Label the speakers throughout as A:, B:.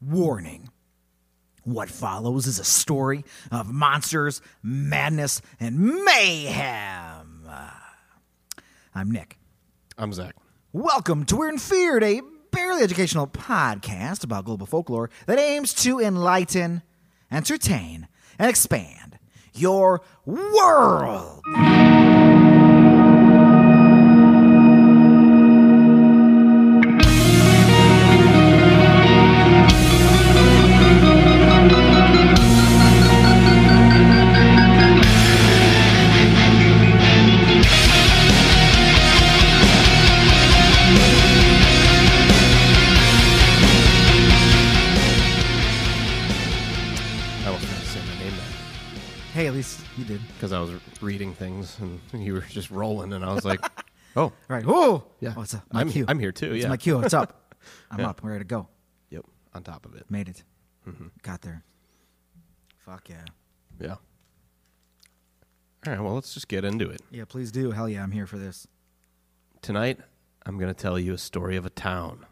A: Warning. What follows is a story of monsters, madness, and mayhem. I'm Nick.
B: I'm Zach.
A: Welcome to We're in Feared, a barely educational podcast about global folklore that aims to enlighten, entertain, and expand your world.
B: I wasn't going to say my name there
A: Hey, at least you did.
B: because I was reading things and you were just rolling, and I was like, "Oh,
A: All right. Whoa.
B: Yeah.
A: Oh, it's uh my
B: I'm-
A: cue.
B: I'm here too,
A: It's
B: yeah.
A: my cue. It's up. I'm up. We're ready to go.
B: yep, on top of it."
A: Made it.
B: Mm-hmm.
A: Got there. Fuck yeah.
B: Yeah. All right. Well, let's just get into it.
A: Yeah, please do. Hell yeah, I'm here for this.
B: Tonight, I'm going to tell you a story of a town,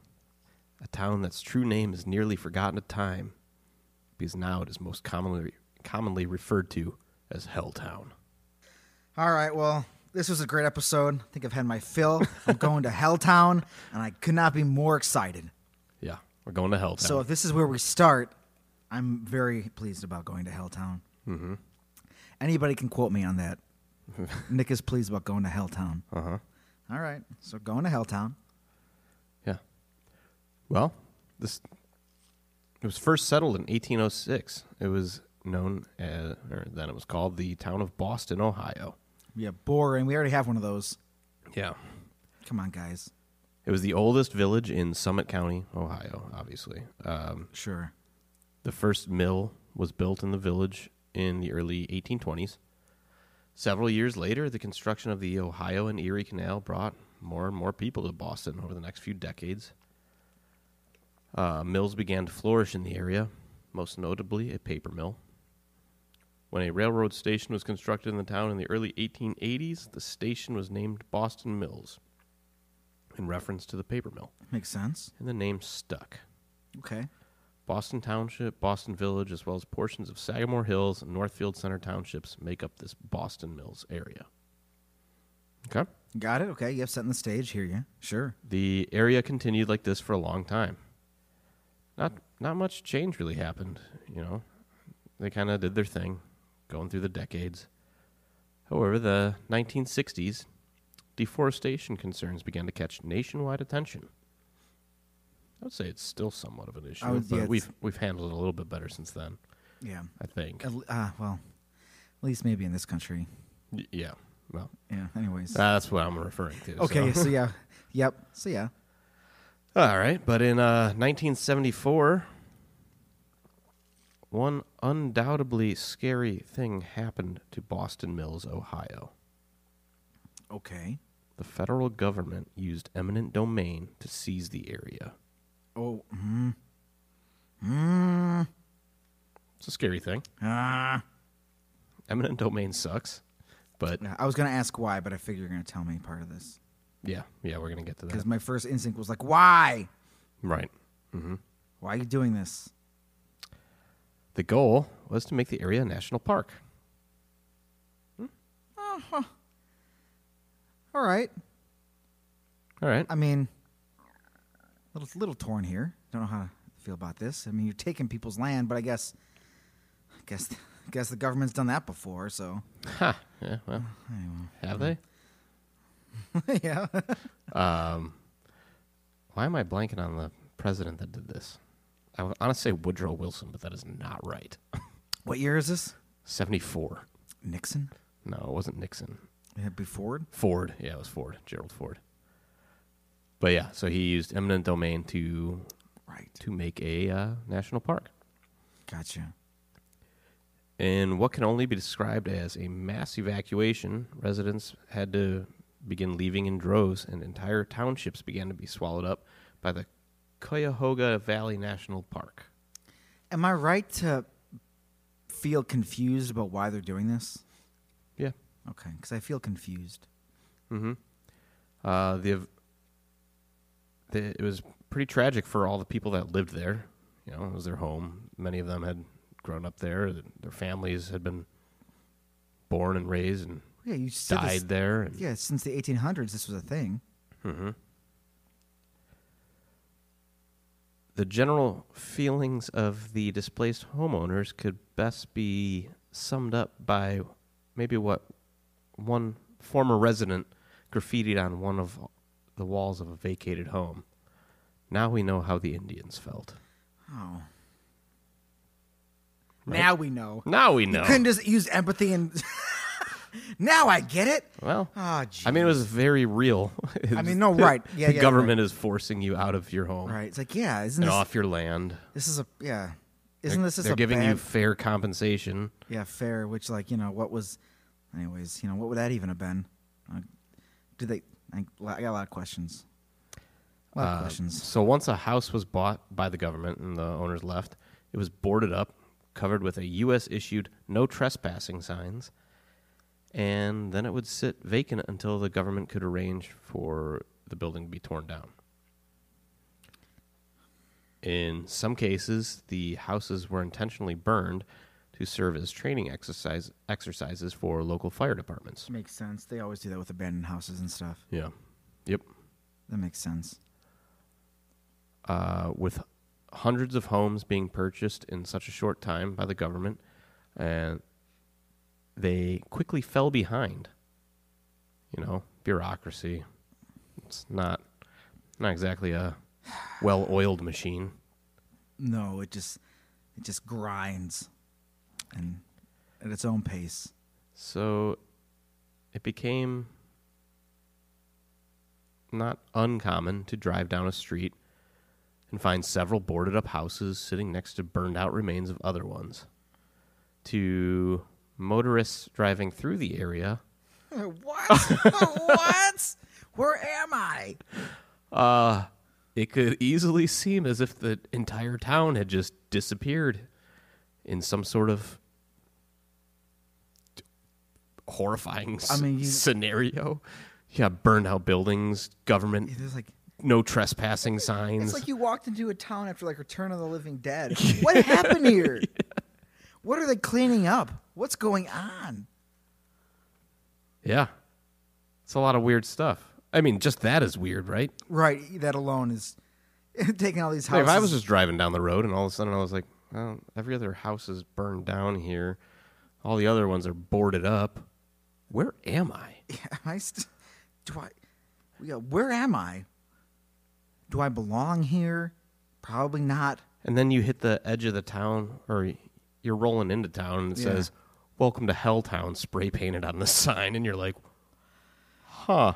B: a town that's true name is nearly forgotten at time, because now it is most commonly commonly referred to as Helltown.
A: All right. Well, this was a great episode. I think I've had my fill. I'm going to Helltown, and I could not be more excited.
B: Yeah, we're going to Helltown.
A: So if this is where we start, I'm very pleased about going to Helltown. Mm-hmm. Anybody can quote me on that. Nick is pleased about going to Helltown. Uh huh. All right. So going to Helltown.
B: Yeah. Well, this it was first settled in 1806. It was known as, or then it was called the town of Boston, Ohio.
A: Yeah, boring. We already have one of those.
B: Yeah.
A: Come on, guys.
B: It was the oldest village in Summit County, Ohio, obviously. Um,
A: Sure.
B: the first mill was built in the village in the early 1820s. Several years later, the construction of the Ohio and Erie Canal brought more and more people to Boston over the next few decades. Uh, mills began to flourish in the area, most notably a paper mill. When a railroad station was constructed in the town in the early 1880s, the station was named Boston Mills in reference to the paper mill,
A: Makes sense.
B: and the name stuck.
A: Okay.
B: Boston Township, Boston Village, as well as portions of Sagamore Hills and Northfield Center townships make up this Boston Mills area. Okay.
A: Got it. Okay. You have setting the stage. Hear you. Sure.
B: The area continued like this for a long time. Not not much change really happened, you know. They kind of did their thing going through the decades. However, the 1960s deforestation concerns began to catch nationwide attention. I would say it's still somewhat of an issue,
A: I would-
B: but
A: yeah, it's-
B: we've we've handled it a little bit better since then,
A: Yeah.
B: I think.
A: At l- Uh, well, at least maybe in this country.
B: Y- Yeah. Well,
A: Yeah. Anyways.
B: that's what I'm referring to.
A: okay.
B: so.
A: So yeah. Yep. So yeah.
B: All right. But in uh, 1974, one undoubtedly scary thing happened to Boston Mills, Ohio.
A: Okay.
B: The federal government used eminent domain to seize the area.
A: Oh. Mm.
B: It's a scary thing.
A: Ah.
B: Eminent domain sucks. But
A: Yeah, I was gonna ask why, but I figure you're gonna tell me part of this
B: yeah, yeah, we're going to get to that.
A: because my first instinct was like, why?
B: Right.
A: Why are you doing this?
B: The goal was to make the area a national park.
A: All right.
B: All right.
A: I mean, little little torn here. Don't know how to feel about this. I mean, you're taking people's land, but I guess, I guess, I guess the government's done that before. So
B: Ha. Yeah, well, have they?
A: yeah.
B: Why am I blanking on the president that did this? I would honestly say Woodrow Wilson, but that is not right.
A: what year is this?
B: 74.
A: Nixon.
B: No, it wasn't Nixon.
A: Yeah, before.
B: Ford. Yeah, it was Ford. Gerald Ford. But yeah, so he used eminent domain to
A: Right.
B: to make a uh, national park.
A: Gotcha.
B: In what can only be described as a mass evacuation, residents had to begin leaving in droves, and entire townships began to be swallowed up by the Cuyahoga Valley National Park.
A: Am I right to feel confused about why they're doing this?
B: Yeah,
A: Okay, because I feel confused.
B: Mm-hmm. Uh, the, the it was pretty tragic for all the people that lived there. You know, it was their home. Many of them had grown up there. th- Their families had been born and raised and
A: Yeah, you said
B: died
A: this-
B: there. And
A: Yeah, since the 1800s, this was a thing.
B: Mm-hmm. The general feelings of the displaced homeowners could best be summed up by maybe what one former resident graffitied on one of the walls of a vacated home. Now we know how the Indians felt.
A: Oh.
B: Right.
A: Now we know.
B: Now we know.
A: Couldn't just use empathy and. now I get it.
B: Well,
A: Ah,
B: I mean, it was very real.
A: I mean, no, right. Yeah,
B: the
A: yeah,
B: government is forcing you out of your home
A: Right. It's like, yeah, isn't
B: and
A: this,
B: off your land.
A: this is a yeah? Isn't
B: They're-
A: this just
B: they're
A: a
B: giving
A: bad,
B: you fair compensation?
A: yeah fair? Which like you know what was, anyways you know what would that even have been? Uh, did they? I, I got a lot of questions. A lot of questions.
B: So once a house was bought by the government and the owners left, it was boarded up, covered with a U.S. issued no trespassing signs, and then it would sit vacant until the government could arrange for the building to be torn down. In some cases, the houses were intentionally burned to serve as training exercise exercises for local fire departments.
A: Makes sense. They always do that with abandoned houses and stuff.
B: Yeah. Yep.
A: That makes sense.
B: uh, with hundreds of homes being purchased in such a short time by the government, and they quickly fell behind. You know, bureaucracy. It's not not exactly a well-oiled machine.
A: No, it just it just grinds, and at its own pace.
B: So it became not uncommon to drive down a street and find several boarded up houses sitting next to burned out remains of other ones. To motorists driving through the area,
A: what? what? Where am I?
B: uh, it could easily seem as if the entire town had just disappeared in some sort of horrifying
A: I
B: s-
A: mean, you-
B: scenario. Yeah, burned out buildings, government,
A: There's like
B: no trespassing signs.
A: It's like you walked into a town after like Return of the Living Dead. What happened here? What are they cleaning up? What's going on?
B: yeah, it's a lot of weird stuff. I mean, just that is weird, right?
A: Right, that alone is taking all these
B: Like,
A: houses.
B: if I was just driving down the road and all of a sudden I was like, well, every other house is burned down here, all the other ones are boarded up. Where am I?
A: am I st- do I? Yeah, where am I? Do I belong here? Probably not.
B: And then you hit the edge of the town, or you're rolling into town, and it
A: Yeah.
B: says, "Welcome to Helltown," spray painted on the sign, and you're like, "Huh?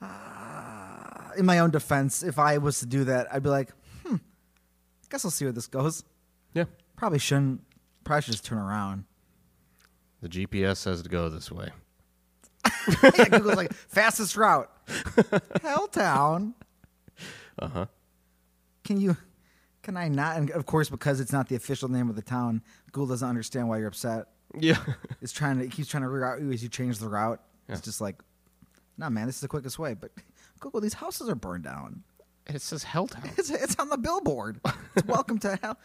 A: Ah, In my own defense, if I was to do that, I'd be like, hmm, guess I'll see where this goes.
B: Yeah."
A: Probably shouldn't. Probably should just turn around.
B: The GPS says to go this way.
A: yeah, Google's like fastest route. Helltown. Uh huh. Can you? Can I not? And of course, because it's not the official name of the town, Google doesn't understand why you're upset.
B: Yeah.
A: It's trying to it keeps trying to reroute you as you change the route. It's
B: Yeah.
A: just like, nah, man, this is the quickest way. But Google, these houses are burned down.
B: it says Helltown.
A: It's it's on the billboard. It's welcome to hell.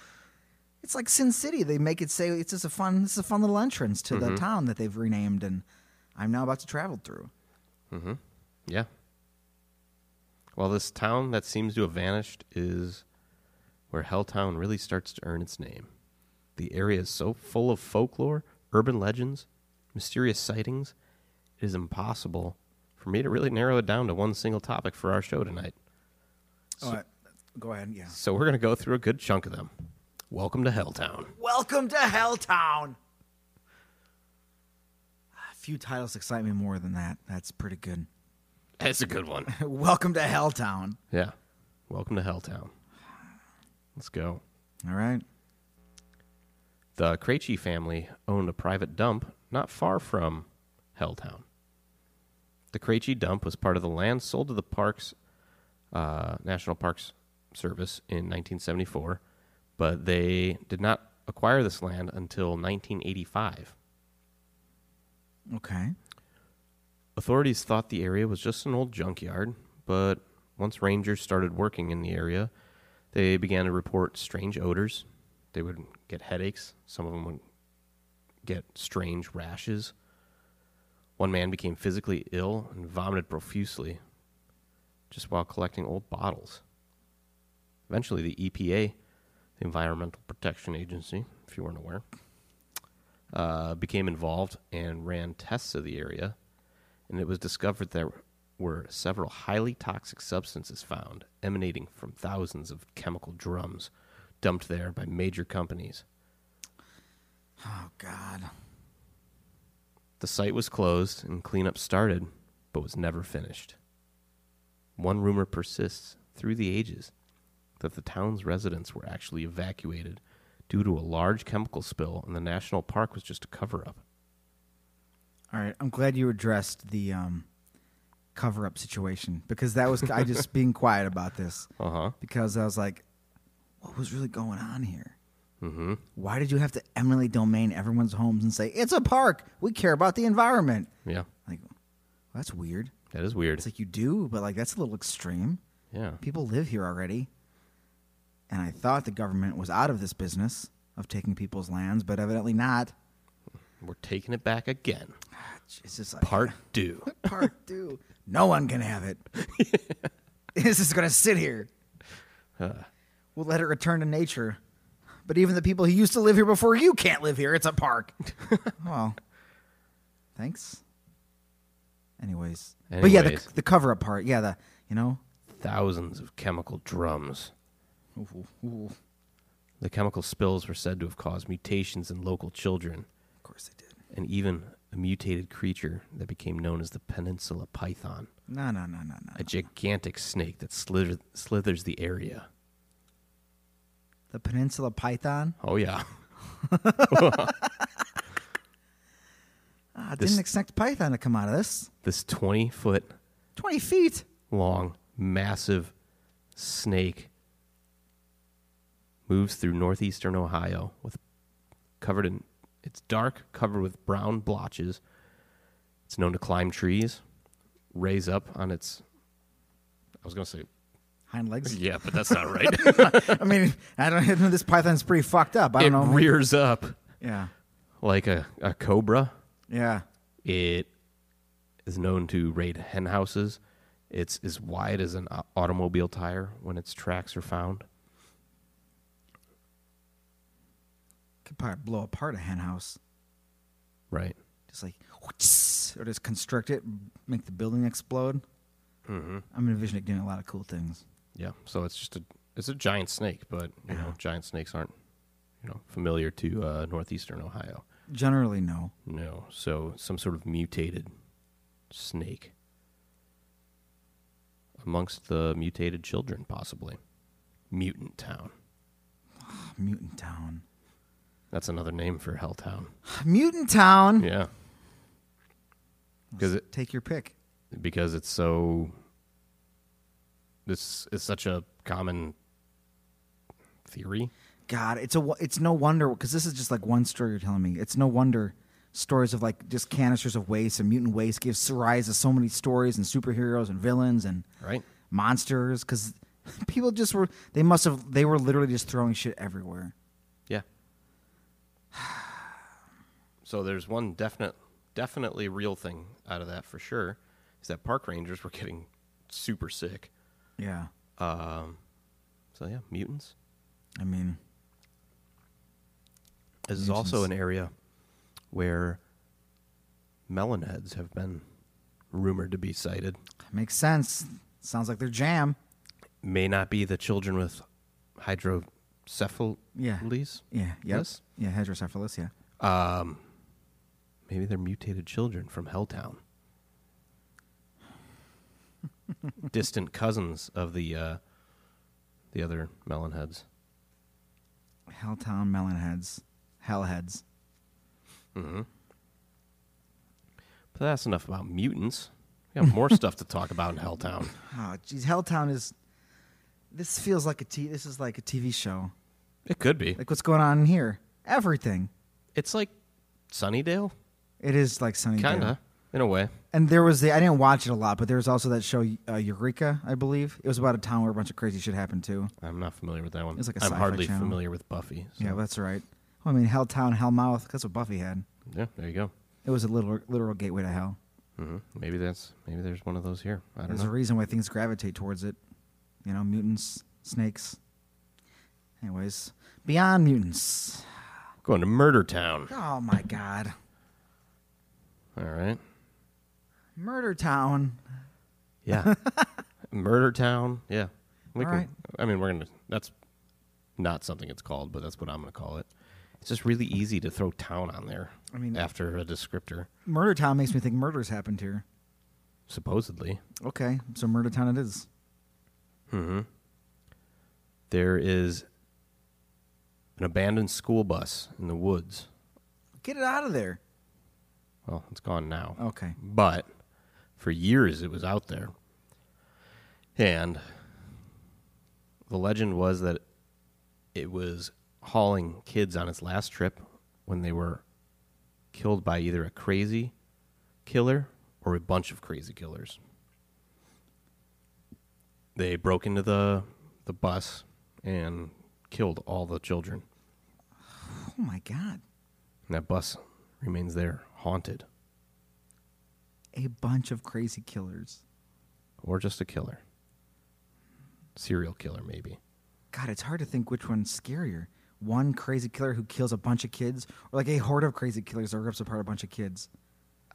A: It's like Sin City. They make it say it's just a fun. It's a fun little entrance to the town that they've renamed, and I'm now about to travel through.
B: yeah. Well, this town that seems to have vanished is where Helltown really starts to earn its name. The area is so full of folklore, urban legends, mysterious sightings, it is impossible for me to really narrow it down to one single topic for our show tonight.
A: All right. Go ahead. Yeah.
B: So we're going to go through a good chunk of them. Welcome to Helltown.
A: Welcome to Helltown. Few titles excite me more than that. That's pretty good.
B: That's a good one.
A: Welcome to Helltown.
B: yeah. Welcome to Helltown. Let's go.
A: All right.
B: The Krejci family owned a private dump not far from Helltown. The Krejci dump was part of the land sold to the Parks uh, National Parks Service in 1974, but they did not acquire this land until 1985.
A: Okay.
B: Authorities thought the area was just an old junkyard, but once rangers started working in the area, they began to report strange odors. They would get headaches. Some of them would get strange rashes. One man became physically ill and vomited profusely just while collecting old bottles. Eventually, the EPA, the Environmental Protection Agency, if you weren't aware, uh, became involved and ran tests of the area, and it was discovered there were several highly toxic substances found emanating from thousands of chemical drums dumped there by major companies.
A: Oh God.
B: The site was closed and cleanup started, but was never finished. One rumor persists through the ages that the town's residents were actually evacuated due to a large chemical spill and the national park was just a cover up.
A: All right. I'm glad you addressed the um, cover up situation because that was I just being quiet about this
B: Uh huh.
A: because I was like, what was really going on here?
B: Mm hmm.
A: Why did you have to eminently domain everyone's homes and say it's a park? We care about the environment.
B: Yeah.
A: Like, well, that's weird.
B: That is weird.
A: It's like you do, but like that's a little extreme.
B: yeah.
A: People live here already. And I thought the government was out of this business of taking people's lands, but evidently not.
B: We're taking it back again.
A: It's just like
B: Part due.
A: part two. No one can have it. this is gonna sit here. We'll let it return to nature. But even the people who used to live here before you can't live here. It's a park. well, thanks. Anyways. But yeah,
B: Anyways.
A: the, the cover up part. Yeah, the, you know,
B: Thousands of chemical drums.
A: ooh, ooh, ooh.
B: The chemical spills were said to have caused mutations in local children
A: of course they did.
B: and even a mutated creature that became known as the Peninsula Python,
A: No, no, no, no, no.
B: a gigantic snake that slither- slithers the area.
A: The Peninsula Python.
B: Oh, yeah.
A: Ah, I
B: This-
A: didn't expect Python to come out of this.
B: This 20 foot
A: 20 feet.
B: long, massive snake moves through northeastern Ohio with covered in it's dark, covered with brown blotches. It's known to climb trees, raise up on its I was gonna say
A: Hind legs.
B: yeah, but that's not right.
A: I mean, I don't know. This Python's pretty fucked up. I
B: it
A: don't know.
B: rears up
A: yeah.
B: like a, a cobra.
A: Yeah.
B: It is known to raid hen houses. It's as wide as an au- automobile tire when its tracks are found.
A: Could probably blow apart a hen house.
B: Right.
A: Just like, or just constrict it, make the building explode.
B: Mm-hmm.
A: I'm envisioning it doing a lot of cool things.
B: Yeah, so it's just a it's a giant snake, but you know, giant snakes aren't you know familiar to uh, northeastern Ohio.
A: Generally, no.
B: No, so some sort of mutated snake amongst the mutated children, possibly mutant town.
A: Mutant Town.
B: That's another name for Helltown.
A: Mutant Town.
B: Yeah, because it
A: Take your pick.
B: because it's so this is such a common theory.
A: God, it's a wo- it's no wonder because this is just like one story you're telling me. It's no wonder stories of like just canisters of waste and mutant waste gives rise to so many stories and superheroes and villains and
B: Right.
A: monsters because people just were they must have they were literally just throwing shit everywhere.
B: Yeah. So there's one definite, definitely real thing out of that for sure, is that park rangers were getting super sick.
A: Yeah,
B: Um, so yeah, mutants.
A: I mean,
B: This is also an
A: Mutants.
B: area where melon heads have been rumored to be sighted.
A: makes sense. Sounds like their jam.
B: May not be the children with hydrocephalies.
A: Yeah. Yeah. Yep.
B: Yes?
A: Yeah. Hydrocephalus. Yeah.
B: Um, maybe they're mutated children from Helltown. Distant cousins of the uh, the other melonheads.
A: Helltown melonheads. Hellheads.
B: But that's enough about mutants. We have more stuff to talk about in Helltown.
A: Oh, jeez. Helltown is. This feels like a t. This is like a TV show.
B: It could be.
A: Like what's going on here? Everything.
B: It's like Sunnydale,
A: It is like Sunny.
B: kinda. in a way.
A: And there was the I didn't watch it a lot, but there was also that show uh, Eureka, I believe. It was about a town where a bunch of crazy shit happened too.
B: I'm not familiar with that one.
A: It's like a
B: I'm
A: sci-fi
B: hardly
A: channel.
B: familiar with Buffy. so-
A: Yeah, that's right. Well, I mean, Helltown, Hellmouth. That's what Buffy had.
B: yeah, there you go.
A: It was a literal, literal gateway to hell.
B: hmm Maybe that's maybe there's one of those here. I don't
A: There's a
B: know.
A: reason why things gravitate towards it. You know, mutants, snakes. Anyways, Beyond Mutants.
B: Going to Murder Town.
A: Oh my God,
B: All right.
A: Murder Town.
B: Yeah. Murder Town. Yeah. We
A: All
B: can,
A: right.
B: I mean, we're gonna. That's not something it's called, but that's what I'm gonna call it. It's just really easy to throw town on there.
A: I mean-
B: after a descriptor,
A: Murder Town makes me think murders happened here.
B: supposedly.
A: Okay, so Murder Town it is.
B: There is an abandoned school bus in the woods.
A: Get it out of there.
B: Well, it's gone now.
A: Okay.
B: But for years it was out there. And the legend was that it was hauling kids on its last trip when they were killed by either a crazy killer or a bunch of crazy killers. They broke into the the bus and killed all the children.
A: Oh my God,
B: And that bus remains there, haunted,
A: a bunch of crazy killers.
B: or just a killer. Serial killer, maybe.
A: God, it's hard to think which one's scarier. One crazy killer who kills a bunch of kids, or like a horde of crazy killers that rips apart a bunch of kids.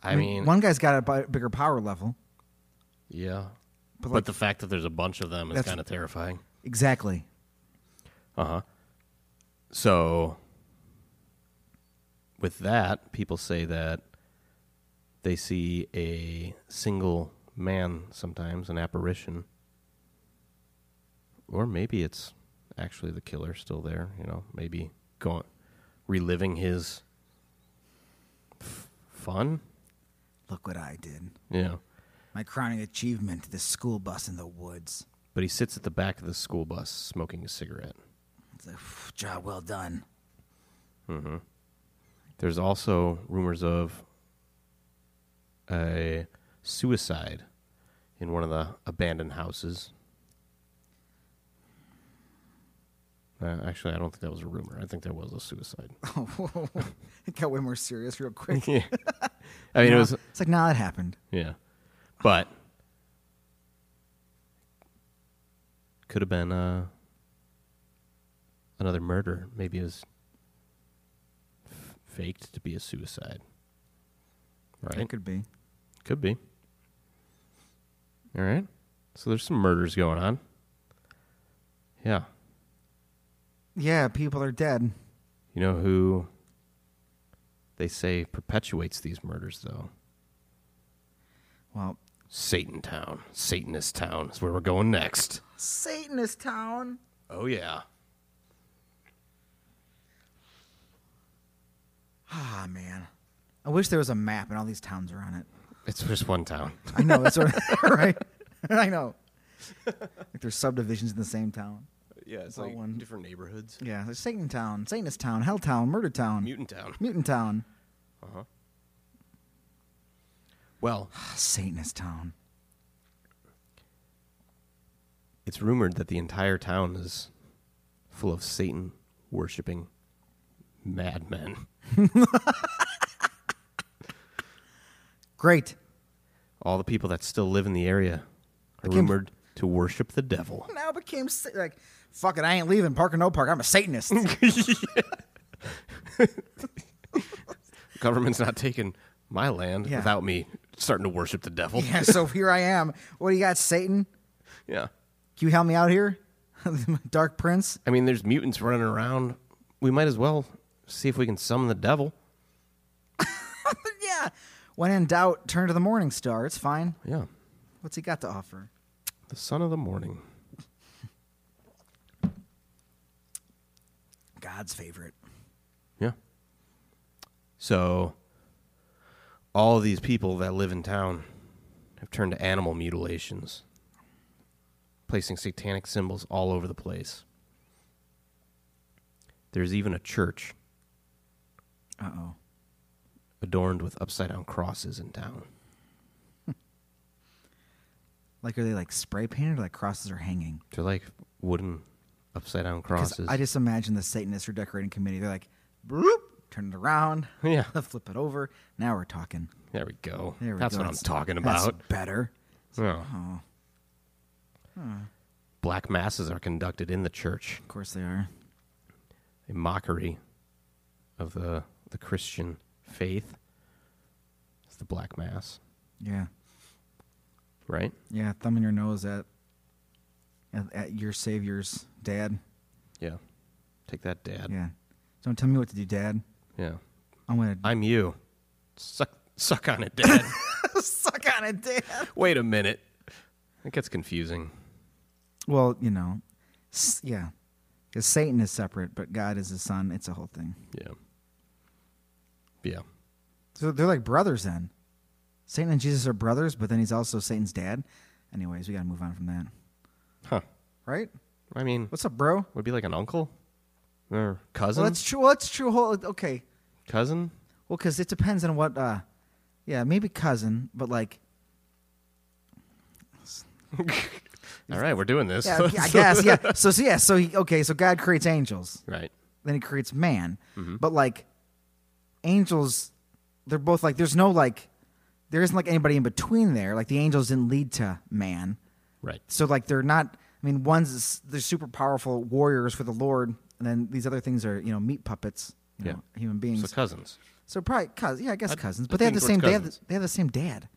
B: I mean,
A: one guy's got a bi- bigger power level.
B: yeah.
A: But
B: But,
A: like-
B: the fact that there's a bunch of them is
A: That's- Uh-huh.
B: kind of terrifying.
A: Exactly.
B: So, with that, people say that they see a single man sometimes, an apparition. Or maybe it's actually the killer still there, you know, maybe going, reliving his f- fun.
A: Look what I did.
B: Yeah.
A: My crowning achievement: the school bus in the woods.
B: But he sits at the back of the school bus smoking a cigarette.
A: It's like, "Phew, job well done.
B: There's also rumors of a suicide in one of the abandoned houses. Uh, actually, I don't think that was a rumor. I think there was a suicide.
A: it got way more serious real quick.
B: yeah. I mean, it was
A: It's like, nah, that happened.
B: yeah, but could have been uh, another murder. Maybe it was f- faked to be a suicide. Right?
A: It could be.
B: Could be. All right. So there's some murders going on. Yeah.
A: Yeah, people are dead.
B: You know who they say perpetuates these murders, though?
A: Well,
B: Satan Town. Satanist Town is where we're going next.
A: Satanist town.
B: Oh, yeah.
A: Ah, man. I wish there was a map and all these towns are on it.
B: It's just one town.
A: I know. That's what, right? I know. Like there's subdivisions in the same town.
B: Yeah,
A: It's all like one.
B: different neighborhoods.
A: Yeah, there's Satan Town, Satanist Town, Hell Town, Murder Town,
B: Mutant Town.
A: Mutant Town,
B: Well,
A: Ah, Satanist Town.
B: it's rumored that the entire town is full of Satan worshipping madmen.
A: Great.
B: All the people that still live in the area are
A: came-
B: rumored to worship the devil.
A: Now became sa- like, fuck it, I ain't leaving park or no park. I'm a Satanist.
B: Government's not taking my land
A: Yeah.
B: without me starting to worship the devil.
A: yeah, so here I am. What do you got, Satan?
B: Yeah.
A: Can you help me out here? Dark Prince?
B: I mean, there's mutants running around. We might as well see if we can summon the devil.
A: yeah. When in doubt, turn to the Morning Star. It's fine.
B: Yeah.
A: What's he got to offer?
B: The son of the morning.
A: God's favorite.
B: Yeah. So, all these people that live in town have turned to animal mutilations, placing satanic symbols all over the place. There's even a church
A: Uh oh.
B: adorned with upside down crosses in town.
A: Like, are they like spray painted or like crosses are hanging?
B: They're like wooden upside down
A: 'Cause
B: crosses.
A: I just imagine the Satanists or decorating committee. They're like, "Broop, turn it around,
B: Yeah.
A: flip it over. Now we're talking.
B: there we go.
A: There we
B: That's
A: go.
B: what I'm
A: That's-
B: talking
A: that's
B: about.
A: better.
B: Yeah.
A: Oh,
B: Black masses are conducted in the church,
A: of course they are.
B: a mockery of the the Christian faith. It's the black mass,
A: Yeah,
B: right?
A: yeah. Thumbing your nose at at, at your savior's dad.
B: Yeah. Take that, Dad.
A: Yeah. Don't tell me what to do, Dad.
B: Yeah.
A: I'm gonna
B: I'm you. Suck suck on it, Dad.
A: suck on it, Dad.
B: Wait a minute. It gets confusing.
A: Well, you know, s- yeah, because Satan is separate, but God is his son. It's a whole thing.
B: Yeah. Yeah.
A: So they're like brothers then. Satan and Jesus are brothers, but then he's also Satan's dad. Anyways, we gotta move on from that,
B: Huh.
A: right?
B: I mean,
A: What's up, bro?
B: would it be like an uncle or cousin?
A: Well, that's true. Well, that's true. Whole okay.
B: cousin?
A: Well, because it depends on what. uh Yeah, maybe cousin, but like,
B: All right, we're doing this.
A: yeah, I guess, yeah. So, so yeah, so he, okay, so God creates angels,
B: right.
A: then He creates man,
B: Mm-hmm.
A: but like, angels, they're both like. There's no like, there isn't like anybody in between there. Like the angels didn't lead to man.
B: Right.
A: So like they're not. I mean, one's is- they're super powerful warriors for the Lord, and then these other things are you know meat puppets, you
B: Yeah.
A: know, human
B: So
A: beings. So,
B: cousins.
A: probably cousins. Yeah, I guess
B: I'd-
A: cousins.
B: I'd
A: But they have the same.
B: lean towards
A: They have the,
B: cousins.
A: they have the same dad.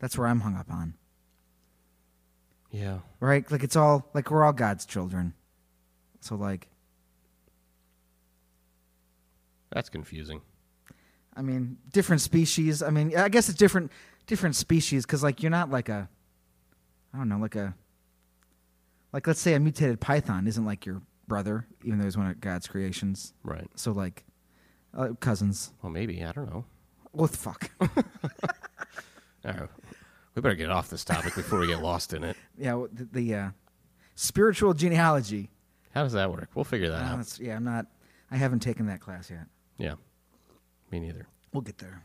A: That's where I'm hung up on.
B: Yeah.
A: Right? Like it's all like we're all God's children. So like,
B: That's confusing.
A: I mean, different species. I mean, I guess it's different different species because like you're not like a, I don't know, like a, like let's say a mutated python isn't like your brother, even though he's one of God's creations.
B: Right.
A: So like, uh, cousins.
B: Well, maybe. I don't know.
A: What the fuck?
B: All right. Oh, We better get off this topic before we get lost in it.
A: yeah, what- the, the uh, spiritual genealogy.
B: How does that work? We'll figure that
A: Uh,
B: out.
A: that's, yeah, I'm not. I haven't taken that class yet.
B: Yeah. Me neither.
A: We'll get there.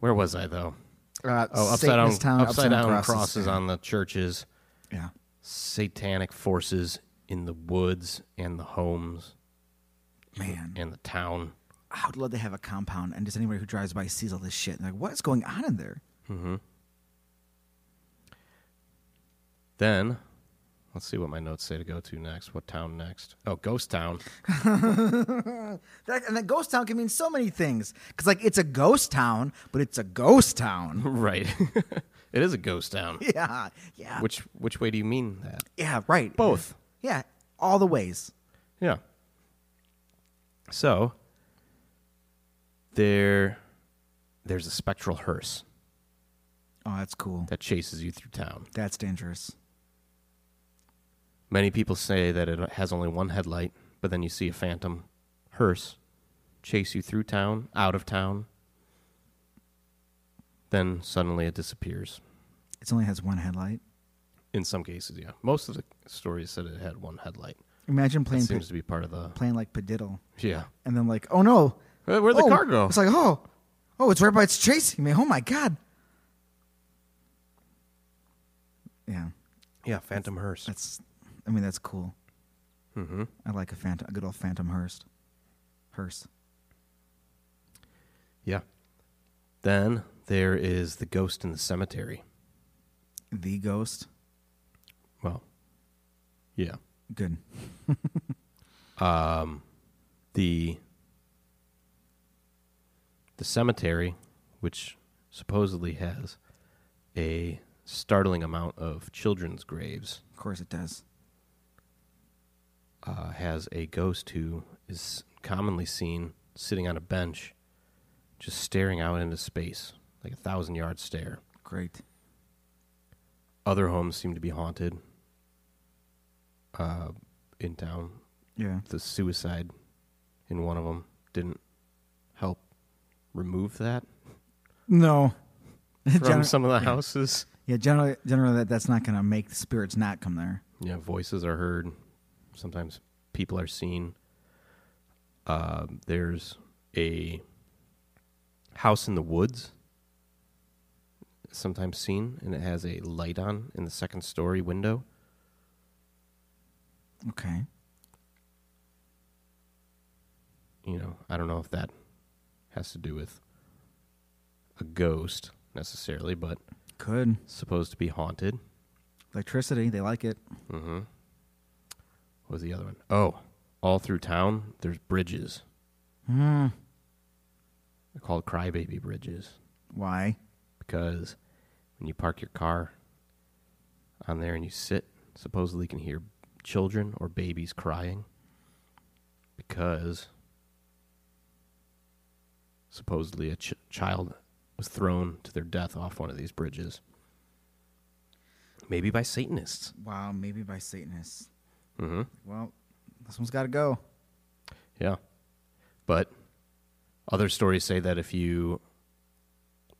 B: Where was I, though?
A: Uh,
B: Oh, upside down,
A: Satanist town,
B: upside down crosses,
A: yeah.
B: on the churches,
A: Yeah,
B: satanic forces in the woods and the homes
A: man.
B: and the town.
A: I would love to have a compound, and just anybody who drives by sees all this shit. And like, what is going on in there?
B: Then, let's see what my notes say to go to next. What town next? Oh, Ghost Town.
A: That, and that ghost town can mean so many things. Because like, it's a ghost town, but it's a ghost town.
B: right. it is a ghost town.
A: yeah, yeah,
B: Which which way do you mean that?
A: yeah. Right.
B: Both.
A: Yeah, all the ways.
B: Yeah. So there there's a spectral hearse
A: Oh, that's cool.
B: that chases you through town.
A: That's dangerous.
B: Many people say that it has only one headlight, but then you see a phantom hearse chase you through town, out of town. Then suddenly it disappears.
A: It only has one headlight.
B: In some cases, yeah. Most of the stories said it had one headlight.
A: Imagine
B: That
A: playing
B: seems to be part of the
A: playing like Padiddle,
B: yeah.
A: and then like, oh no,
B: Hey, where'd the
A: Oh,
B: car go?
A: It's like, oh, oh, it's right by it's chasing me. Oh my god. Yeah,
B: Yeah, phantom hearse.
A: that's. I mean, that's cool.
B: Mm-hmm.
A: I like a phantom, a good old phantom hearse. Hearse.
B: Yeah. Then there is the ghost in the cemetery.
A: The ghost.
B: Well, yeah. Um,
A: Good.
B: the the cemetery, which supposedly has a startling amount of children's graves,
A: Of course it does.
B: uh, has a ghost who is commonly seen sitting on a bench, just staring out into space, like a thousand yard stare.
A: Great.
B: Other homes seem to be haunted. Uh, in town,
A: Yeah.
B: the suicide in one of them didn't help remove that.
A: No.
B: from
A: Gener-
B: some of the houses.
A: yeah. Generally, generally that, that's not gonna make the spirits not come there.
B: Yeah, voices are heard. Sometimes people are seen. Uh, there's a house in the woods. sometimes seen, and it has a light on in the second story window.
A: Okay.
B: You know, I don't know if that has to do with a ghost necessarily, but
A: Could.
B: supposed to be haunted.
A: Electricity, they like it.
B: Mm-hmm. What was the other one? Oh, all through town, there's bridges.
A: Hmm.
B: They're called crybaby bridges
A: Why?
B: because when you park your car on there and you sit, supposedly you can hear children or babies crying because supposedly a ch- child was thrown to their death off one of these bridges. Maybe by Satanists.
A: Wow, maybe by Satanists.
B: Mm-hmm.
A: Well, this one's got to go.
B: Yeah. But other stories say that if you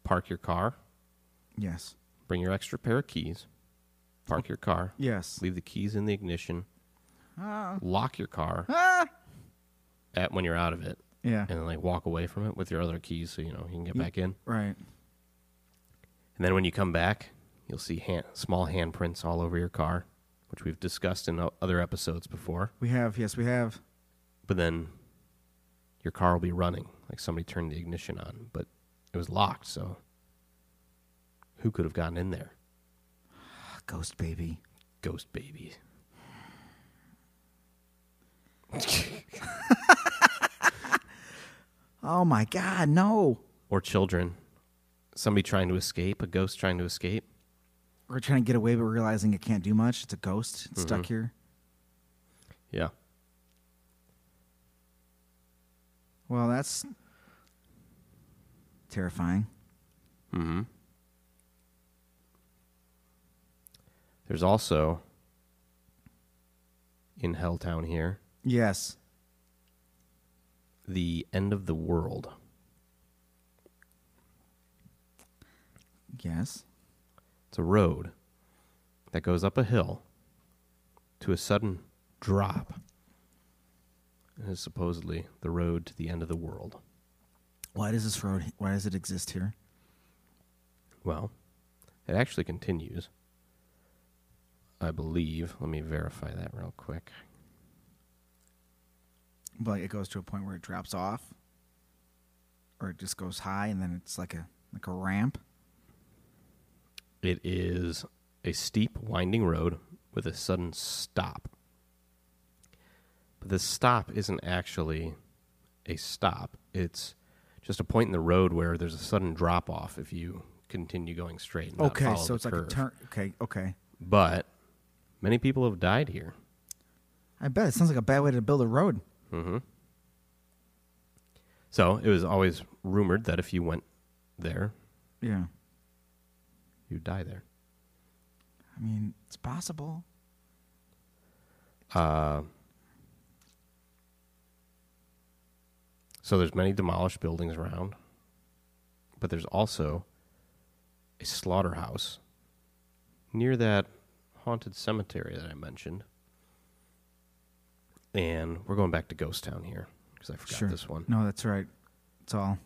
B: park your car,
A: Yes.
B: bring your extra pair of keys, park your car,
A: Yes.
B: leave the keys in the ignition,
A: Ah.
B: lock your car
A: Ah.
B: at when you're out of it,
A: Yeah.
B: and then like walk away from it with your other keys so you know you can get back in.
A: Right.
B: And then when you come back, you'll see hand, small handprints all over your car, which we've discussed in o- other episodes before.
A: We have. Yes, we have.
B: But then your car will be running, like somebody turned the ignition on, but it was locked, so who could have gotten in there?
A: Ah, Ghost baby.
B: Ghost baby.
A: Oh my God, no.
B: or children. Somebody trying to escape, a ghost trying to escape.
A: We're trying to get away, but realizing it can't do much. It's a ghost. It's stuck
B: Mm-hmm.
A: here.
B: Yeah.
A: Well, that's terrifying.
B: Mm-hmm. There's also in Helltown here
A: Yes.
B: the end of the world.
A: Yes.
B: It's a road that goes up a hill to a sudden drop. And is supposedly the road to the end of the world.
A: Why does this road? Why does it exist here?
B: Well, it actually continues. I believe. Let me verify that real quick.
A: But it goes to a point where it drops off, or it just goes high, and then it's like a like a ramp.
B: It is a steep, winding road with a sudden stop. But this stop isn't actually a stop, it's just a point in the road where there's a sudden drop off if you continue going straight. And not
A: okay,
B: follow
A: so
B: the
A: it's like
B: curve.
A: a turn. Okay, okay.
B: But many people have died here.
A: I bet it sounds like a bad way to build a road.
B: Mm-hmm. So it was always rumored that if you went there,
A: Yeah.
B: you'd die there.
A: I mean, it's possible.
B: Uh, So there's many demolished buildings around, but there's also a slaughterhouse near that haunted cemetery that I mentioned. And we're going back to Ghost Town here because I forgot
A: sure.
B: this one.
A: No, that's right. It's all.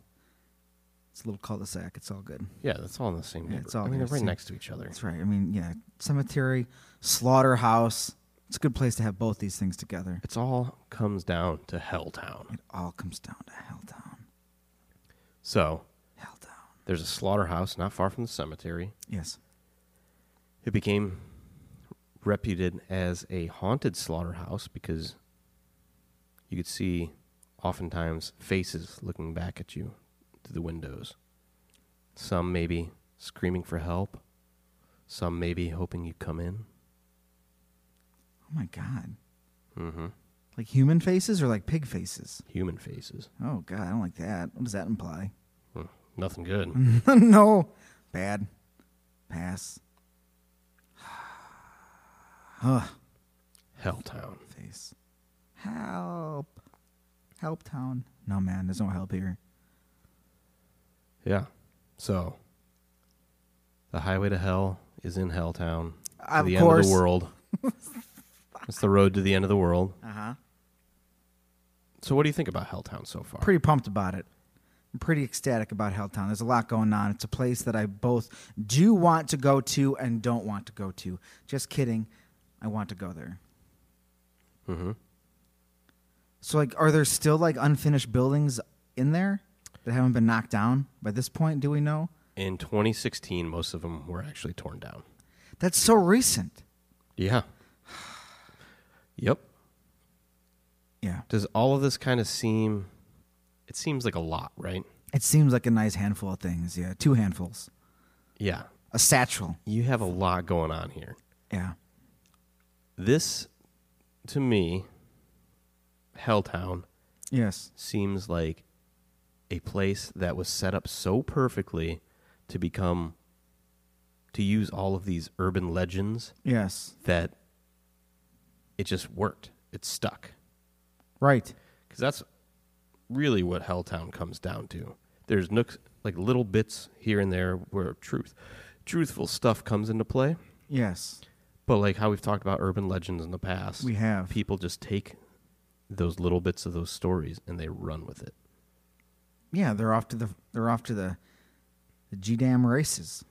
A: It's a little cul-de-sac. It's all good.
B: Yeah, that's all in the same.
A: Yeah, it's
B: neighbor-
A: all
B: I mean,
A: in the
B: they're right
A: same-
B: next to each other.
A: That's right. I mean, yeah, cemetery, slaughterhouse. It's a good place to have both these things together.
B: It's all comes down to Helltown.
A: It all comes down to Helltown.
B: So
A: Helltown.
B: there's a slaughterhouse not far from the cemetery.
A: Yes.
B: It became reputed as a haunted slaughterhouse because you could see oftentimes faces looking back at you through the windows. Some maybe screaming for help, some maybe hoping you come in.
A: Oh my God.
B: Mm-hmm.
A: Like human faces or like pig faces?
B: Human faces.
A: Oh God, I don't like that. What does that imply?
B: Mm, Nothing good.
A: Mm-hmm. no. Bad. Pass. Ugh.
B: Helltown.
A: Face. Help. Help town. No man, there's no help here.
B: Yeah. So, the highway to hell is in Helltown.
A: Of
B: to the end
A: course.
B: of the world. it's the road to the end of the world.
A: Uh huh.
B: So, what do you think about Helltown so far?
A: Pretty pumped about it. pretty ecstatic about Helltown. There's a lot going on. It's a place that I both do want to go to and don't want to go to. Just kidding. I want to go there.
B: Mm-hmm.
A: So, like, are there still like unfinished buildings in there that haven't been knocked down by this point? Do we know?
B: In 2016, most of them were actually torn down.
A: That's so recent.
B: Yeah. Yep.
A: Yeah.
B: Does all of this kind of seem? It seems like a lot, right?
A: It seems like a nice handful of things. Yeah. Two handfuls.
B: Yeah.
A: A satchel.
B: You have a lot going on here.
A: Yeah.
B: This, to me, Helltown
A: Yes.
B: seems like a place that was set up so perfectly to become to use all of these urban legends
A: Yes.
B: that it just worked. It stuck.
A: Right.
B: Because that's really what Helltown comes down to. There's nooks, like little bits here and there where truth, truthful stuff comes into play.
A: Yes.
B: But like how we've talked about urban legends in the past,
A: We have.
B: people just take those little bits of those stories and they run with it.
A: Yeah, they're off to the they're off to the the G damn races.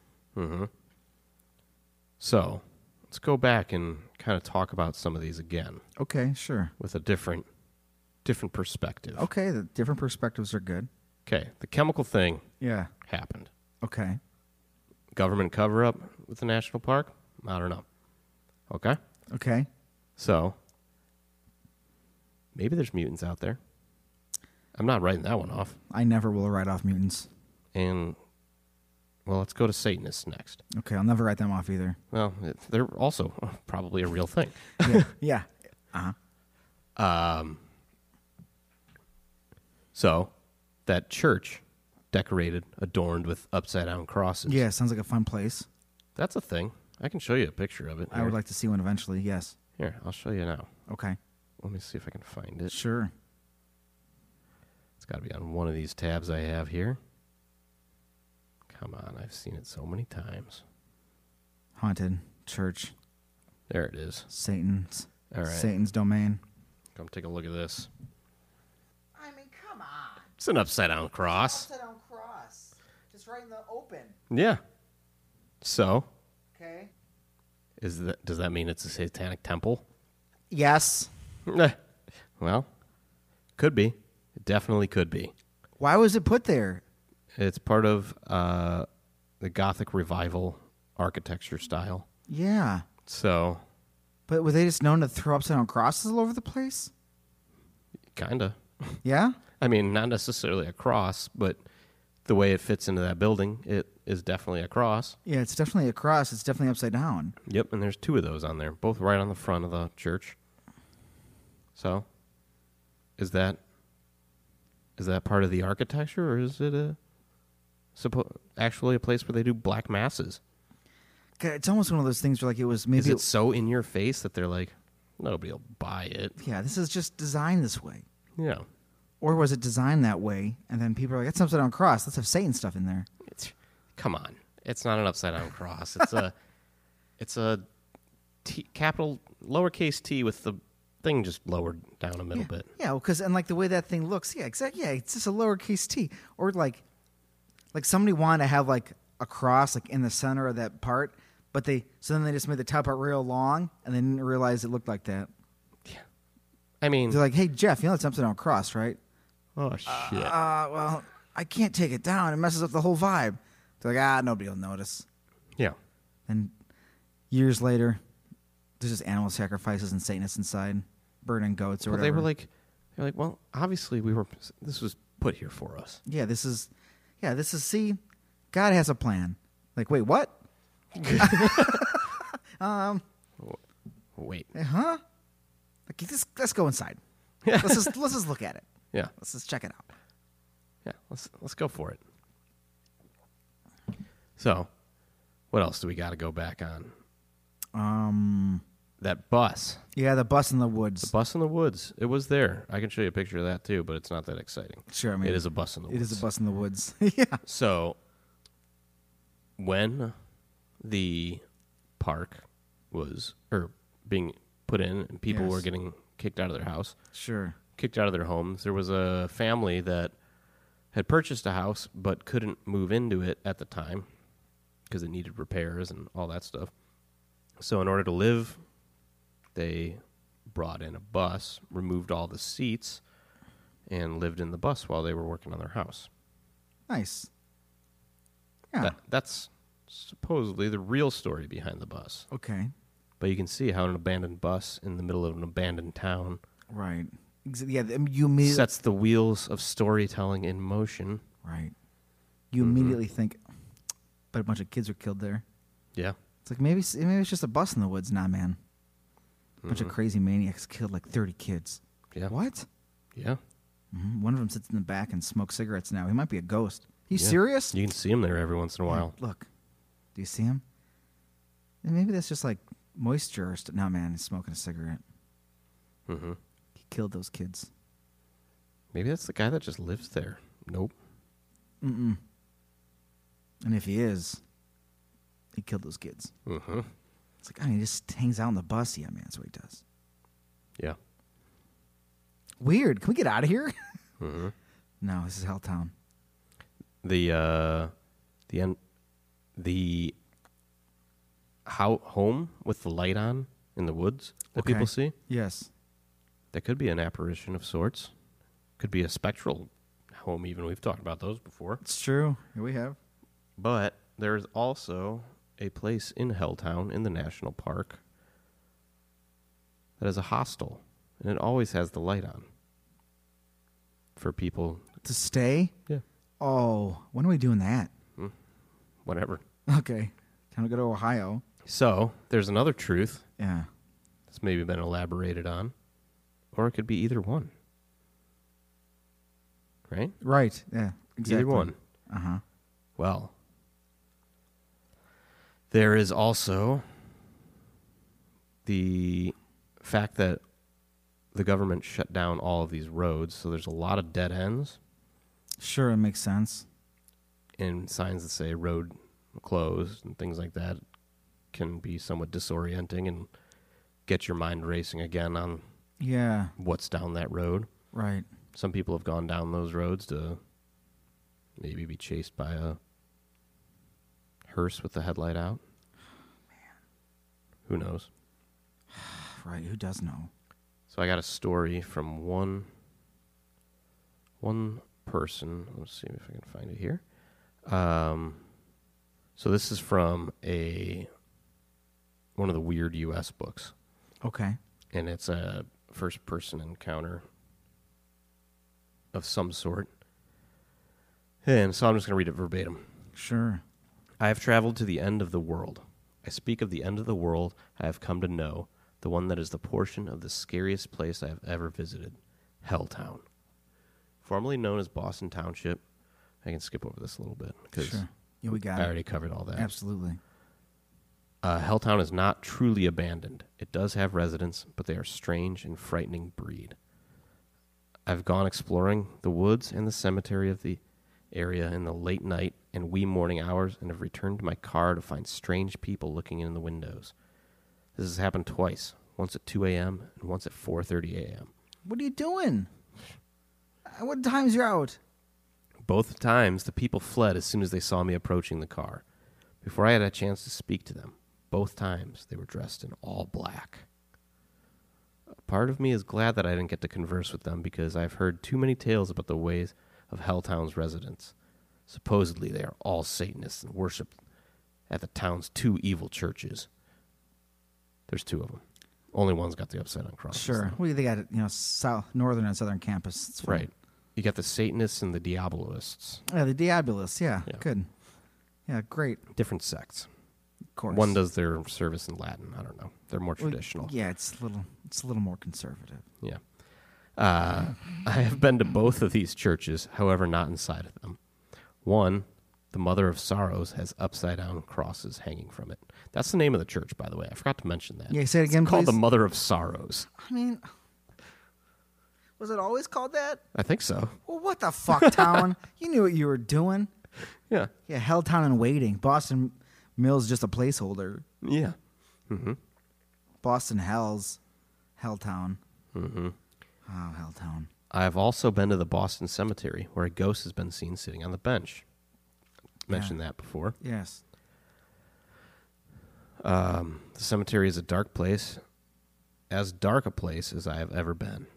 B: So let's go back and kind of talk about some of these again
A: Okay, sure.
B: with a different, different perspective.
A: Okay, the different perspectives are good.
B: Okay, the chemical thing
A: Yeah.
B: happened.
A: Okay.
B: Government cover up with the national park. I don't know. Okay.
A: Okay.
B: So maybe there's mutants out there. I'm not writing that one off.
A: I never will write off mutants.
B: And well, let's go to Satanists next.
A: Okay, I'll never write them off either.
B: Well, it- they're also probably a real thing.
A: Yeah. yeah. Uh-huh.
B: Um, So that church decorated, adorned with upside down crosses.
A: Yeah, sounds like a fun place.
B: That's a thing. I can show you a picture of it.
A: I
B: here.
A: would like to see one eventually. Yes.
B: Here, I'll show you now.
A: Okay.
B: Let me see if I can find it.
A: Sure.
B: It's got to be on one of these tabs I have here. Come on, I've seen it so many times.
A: Haunted church,
B: There it is.
A: Satan's
B: All right.
A: Satan's domain.
B: Come take a look at this.
A: I mean, come on.
B: It's an upside down cross.
A: down cross. Just right in the open,
B: Yeah. So,
A: okay?
B: is that does that mean it's a satanic temple? Eh,
A: Yes.
B: well, could be. It definitely could be.
A: Why was it put there?
B: It's part of uh, the Gothic revival architecture style.
A: Yeah.
B: So,
A: But were they just known to throw upside down crosses all over the place?
B: kinda.
A: Yeah?
B: I mean, not necessarily a cross, but the way it fits into that building, it is definitely a cross.
A: Yeah, it's definitely a cross. It's definitely upside down.
B: Yep, and there's two of those on there, both right on the front of the church. So, is that is that part of the architecture, or is it a suppo- actually a place where they do black masses?
A: God, It's almost one of those things where like it was
B: Is
A: maybe
B: it so in your face that they're like, nobody'll buy it?
A: yeah, this is just designed this way.
B: Yeah,
A: Or was it designed that way and then people are like, that's an upside down cross. Let's have Satan stuff in there.
B: it's come on, it's not an upside down cross. It's a it's a t, capital lowercase t with the thing just lowered down a middle bit.
A: Yeah, because and like the way that thing looks, yeah, exactly. Yeah, it's just a lowercase t, or like, like somebody wanted to have like a cross like in the center of that part, but they so then they just made the top part real long and they didn't realize it looked like that.
B: I mean,
A: They're like, hey Jeff, you know that's upside down cross, right?
B: oh shit.
A: Uh, well, I can't take it down. It messes up the whole vibe. They're like, ah, nobody will notice.
B: yeah.
A: And years later, there's just animal sacrifices and Satanists inside, burning goats or
B: But
A: whatever.
B: they were like, they're like, well, obviously we were. This was put here for us.
A: Yeah, this is, yeah, this is. See, God has a plan. Like, wait, what?
B: Wait,
A: Eh, Huh? Like, just, let's go inside. let's just let's just look at it.
B: yeah,
A: Let's just check it out.
B: yeah. Let's let's go for it. So, what else do we got to go back on?
A: Um.
B: That bus,
A: Yeah, the bus in the
B: the
A: woods.
B: bus in the woods. It was there. I can show you a picture of that too, but it's not that exciting.
A: Sure, I mean
B: it is a bus in the
A: It
B: woods.
A: is a bus in the woods. yeah.
B: So, when the park was or being put in, and people
A: Yes.
B: were getting kicked out of their house.
A: Sure.
B: kicked out of their homes. There was a family that had purchased a house but couldn't move into it at the time because it needed repairs and all that stuff. So, in order to live, they brought in a bus, removed all the seats, and lived in the bus while they were working on their house.
A: Nice. Yeah.
B: That, that's supposedly the real story behind the bus.
A: okay.
B: But you can see how an abandoned bus in the middle of an abandoned town
A: Right. Ex- Yeah. I mean, You immediately.
B: sets the wheels of storytelling in motion.
A: Right. You
B: Mm-hmm.
A: immediately think, but a bunch of kids were killed there.
B: Yeah.
A: It's like maybe s- maybe it's just a bus in the woods, nah, man. A bunch of crazy maniacs killed like thirty kids.
B: Mm-hmm. Yeah.
A: What?
B: Yeah.
A: hmm One of them sits in the back and smokes cigarettes now. He might be a ghost. You
B: Yeah.
A: serious?
B: You can see them there every once in a
A: Yeah,
B: while.
A: Look, do you see him? And maybe that's just like moisture or st- no, man. He's smoking a cigarette.
B: hmm
A: He killed those kids.
B: Maybe that's the guy that just lives there. Nope.
A: Mm-mm. And if he is, he killed those kids.
B: hmm
A: It's like, I mean, he just hangs out on the bus. Yeah, man, that's what he does.
B: Yeah.
A: Weird. Can we get out of here?
B: hmm
A: no, this is Helltown.
B: The uh, the end, the how home with the light on in the woods that
A: Okay.
B: people see.
A: Yes.
B: That could be an apparition of sorts. Could be a spectral home. Even we've talked about those before.
A: It's true. Here we have.
B: But there is also a place in Helltown in the national park that is a hostel, and it always has the light on for people.
A: To stay?
B: Yeah,
A: Oh, when are we doing that?
B: whatever.
A: Okay. Time to go to Ohio.
B: So there's another truth
A: Yeah.
B: that's maybe been elaborated on, or it could be either one. Right?
A: Right. Yeah. Exactly.
B: Either one.
A: Uh huh.
B: Well, there is also the fact that the government shut down all of these roads, so there's a lot of dead ends
A: Sure, it makes sense.
B: and signs that say road closed and things like that can be somewhat disorienting and get your mind racing again on
A: Yeah.
B: what's down that road.
A: Right.
B: Some people have gone down those roads to maybe be chased by a hearse with the headlight out. Who knows?
A: Right. Who does know?
B: So I got a story from one one person. Let's see if I can find it here. Um, so this is from a one of the weird U.S. books,
A: Okay.
B: and it's a first-person encounter of some sort. And so I'm just going to read it verbatim.
A: Sure.
B: I have traveled to the end of the world. I speak of the end of the world I have come to know, the one that is the portion of the scariest place I have ever visited, Helltown. Formerly known as Boston Township. I can skip over this a little bit because
A: Sure. Yeah, we got
B: I
A: it.
B: already covered all that.
A: Absolutely.
B: Uh, Helltown is not truly abandoned. It does have residents, but they are strange and frightening breed. I've gone exploring the woods and the cemetery of the area in the late night and wee morning hours and have returned to my car to find strange people looking in the windows. This has happened twice, once at 2 a.m. and once at 4:30 a.m.
A: What are you doing? Uh, What time's you out?
B: Both times, the people fled as soon as they saw me approaching the car. Before I had a chance to speak to them, both times they were dressed in all black. A part of me is glad that I didn't get to converse with them because I've heard too many tales about the ways of Helltown's residents. Supposedly, they are all Satanists and worship at the town's two evil churches. There's two of them. Only one's got the upside down cross.
A: Sure. Well, they got it. You know, south, northern and southern campus. It's fine.
B: Right. You got the Satanists and the Diaboloists.
A: Yeah, the Diabolus. Yeah,
B: Yeah.
A: Good. Yeah. Great.
B: Different sects.
A: Of course.
B: One does their service in Latin. I don't know. They're more
A: Well,
B: traditional.
A: yeah, it's a little. It's a little more conservative.
B: yeah. Uh, I have been to both of these churches, however, not inside of them. One, the Mother of Sorrows, has upside down crosses hanging from it. That's the name of the church, by the way. I forgot to mention that.
A: Yeah. Say it again,
B: it's called the
A: please.
B: Mother of Sorrows.
A: I mean, was it always called that?
B: I think so.
A: Well, what the fuck, town? you knew what you were doing.
B: Yeah.
A: Yeah, Helltown and Waiting. Boston Mills just a placeholder.
B: Yeah.
A: Boston Hells, Helltown. Mm-hmm. Oh, Helltown.
B: I've also been to the Boston Cemetery, where a ghost has been seen sitting on the bench. Mentioned that before.
A: Yes.
B: Um, the cemetery is a dark place, as dark a place as I have ever been.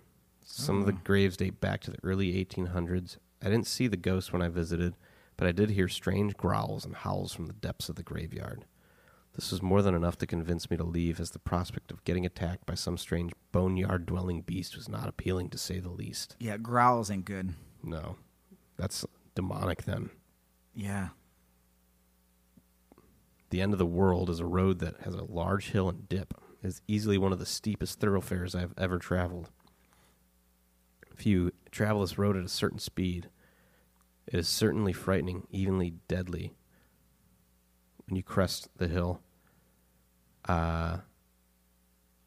B: Some of the graves date back to the early 1800s. I didn't see the ghosts when I visited, but I did hear strange growls and howls from the depths of the graveyard. This was more than enough to convince me to leave, as the prospect of getting attacked by some strange boneyard dwelling beast was not appealing to say the least.
A: Yeah, growls ain't good.
B: No, that's demonic then.
A: Yeah.
B: The end of the world is a road that has a large hill and dip. It is easily one of the steepest thoroughfares I have ever traveled. If you travel this road at a certain speed, it is certainly frightening, evenly deadly. When you crest the hill, uh,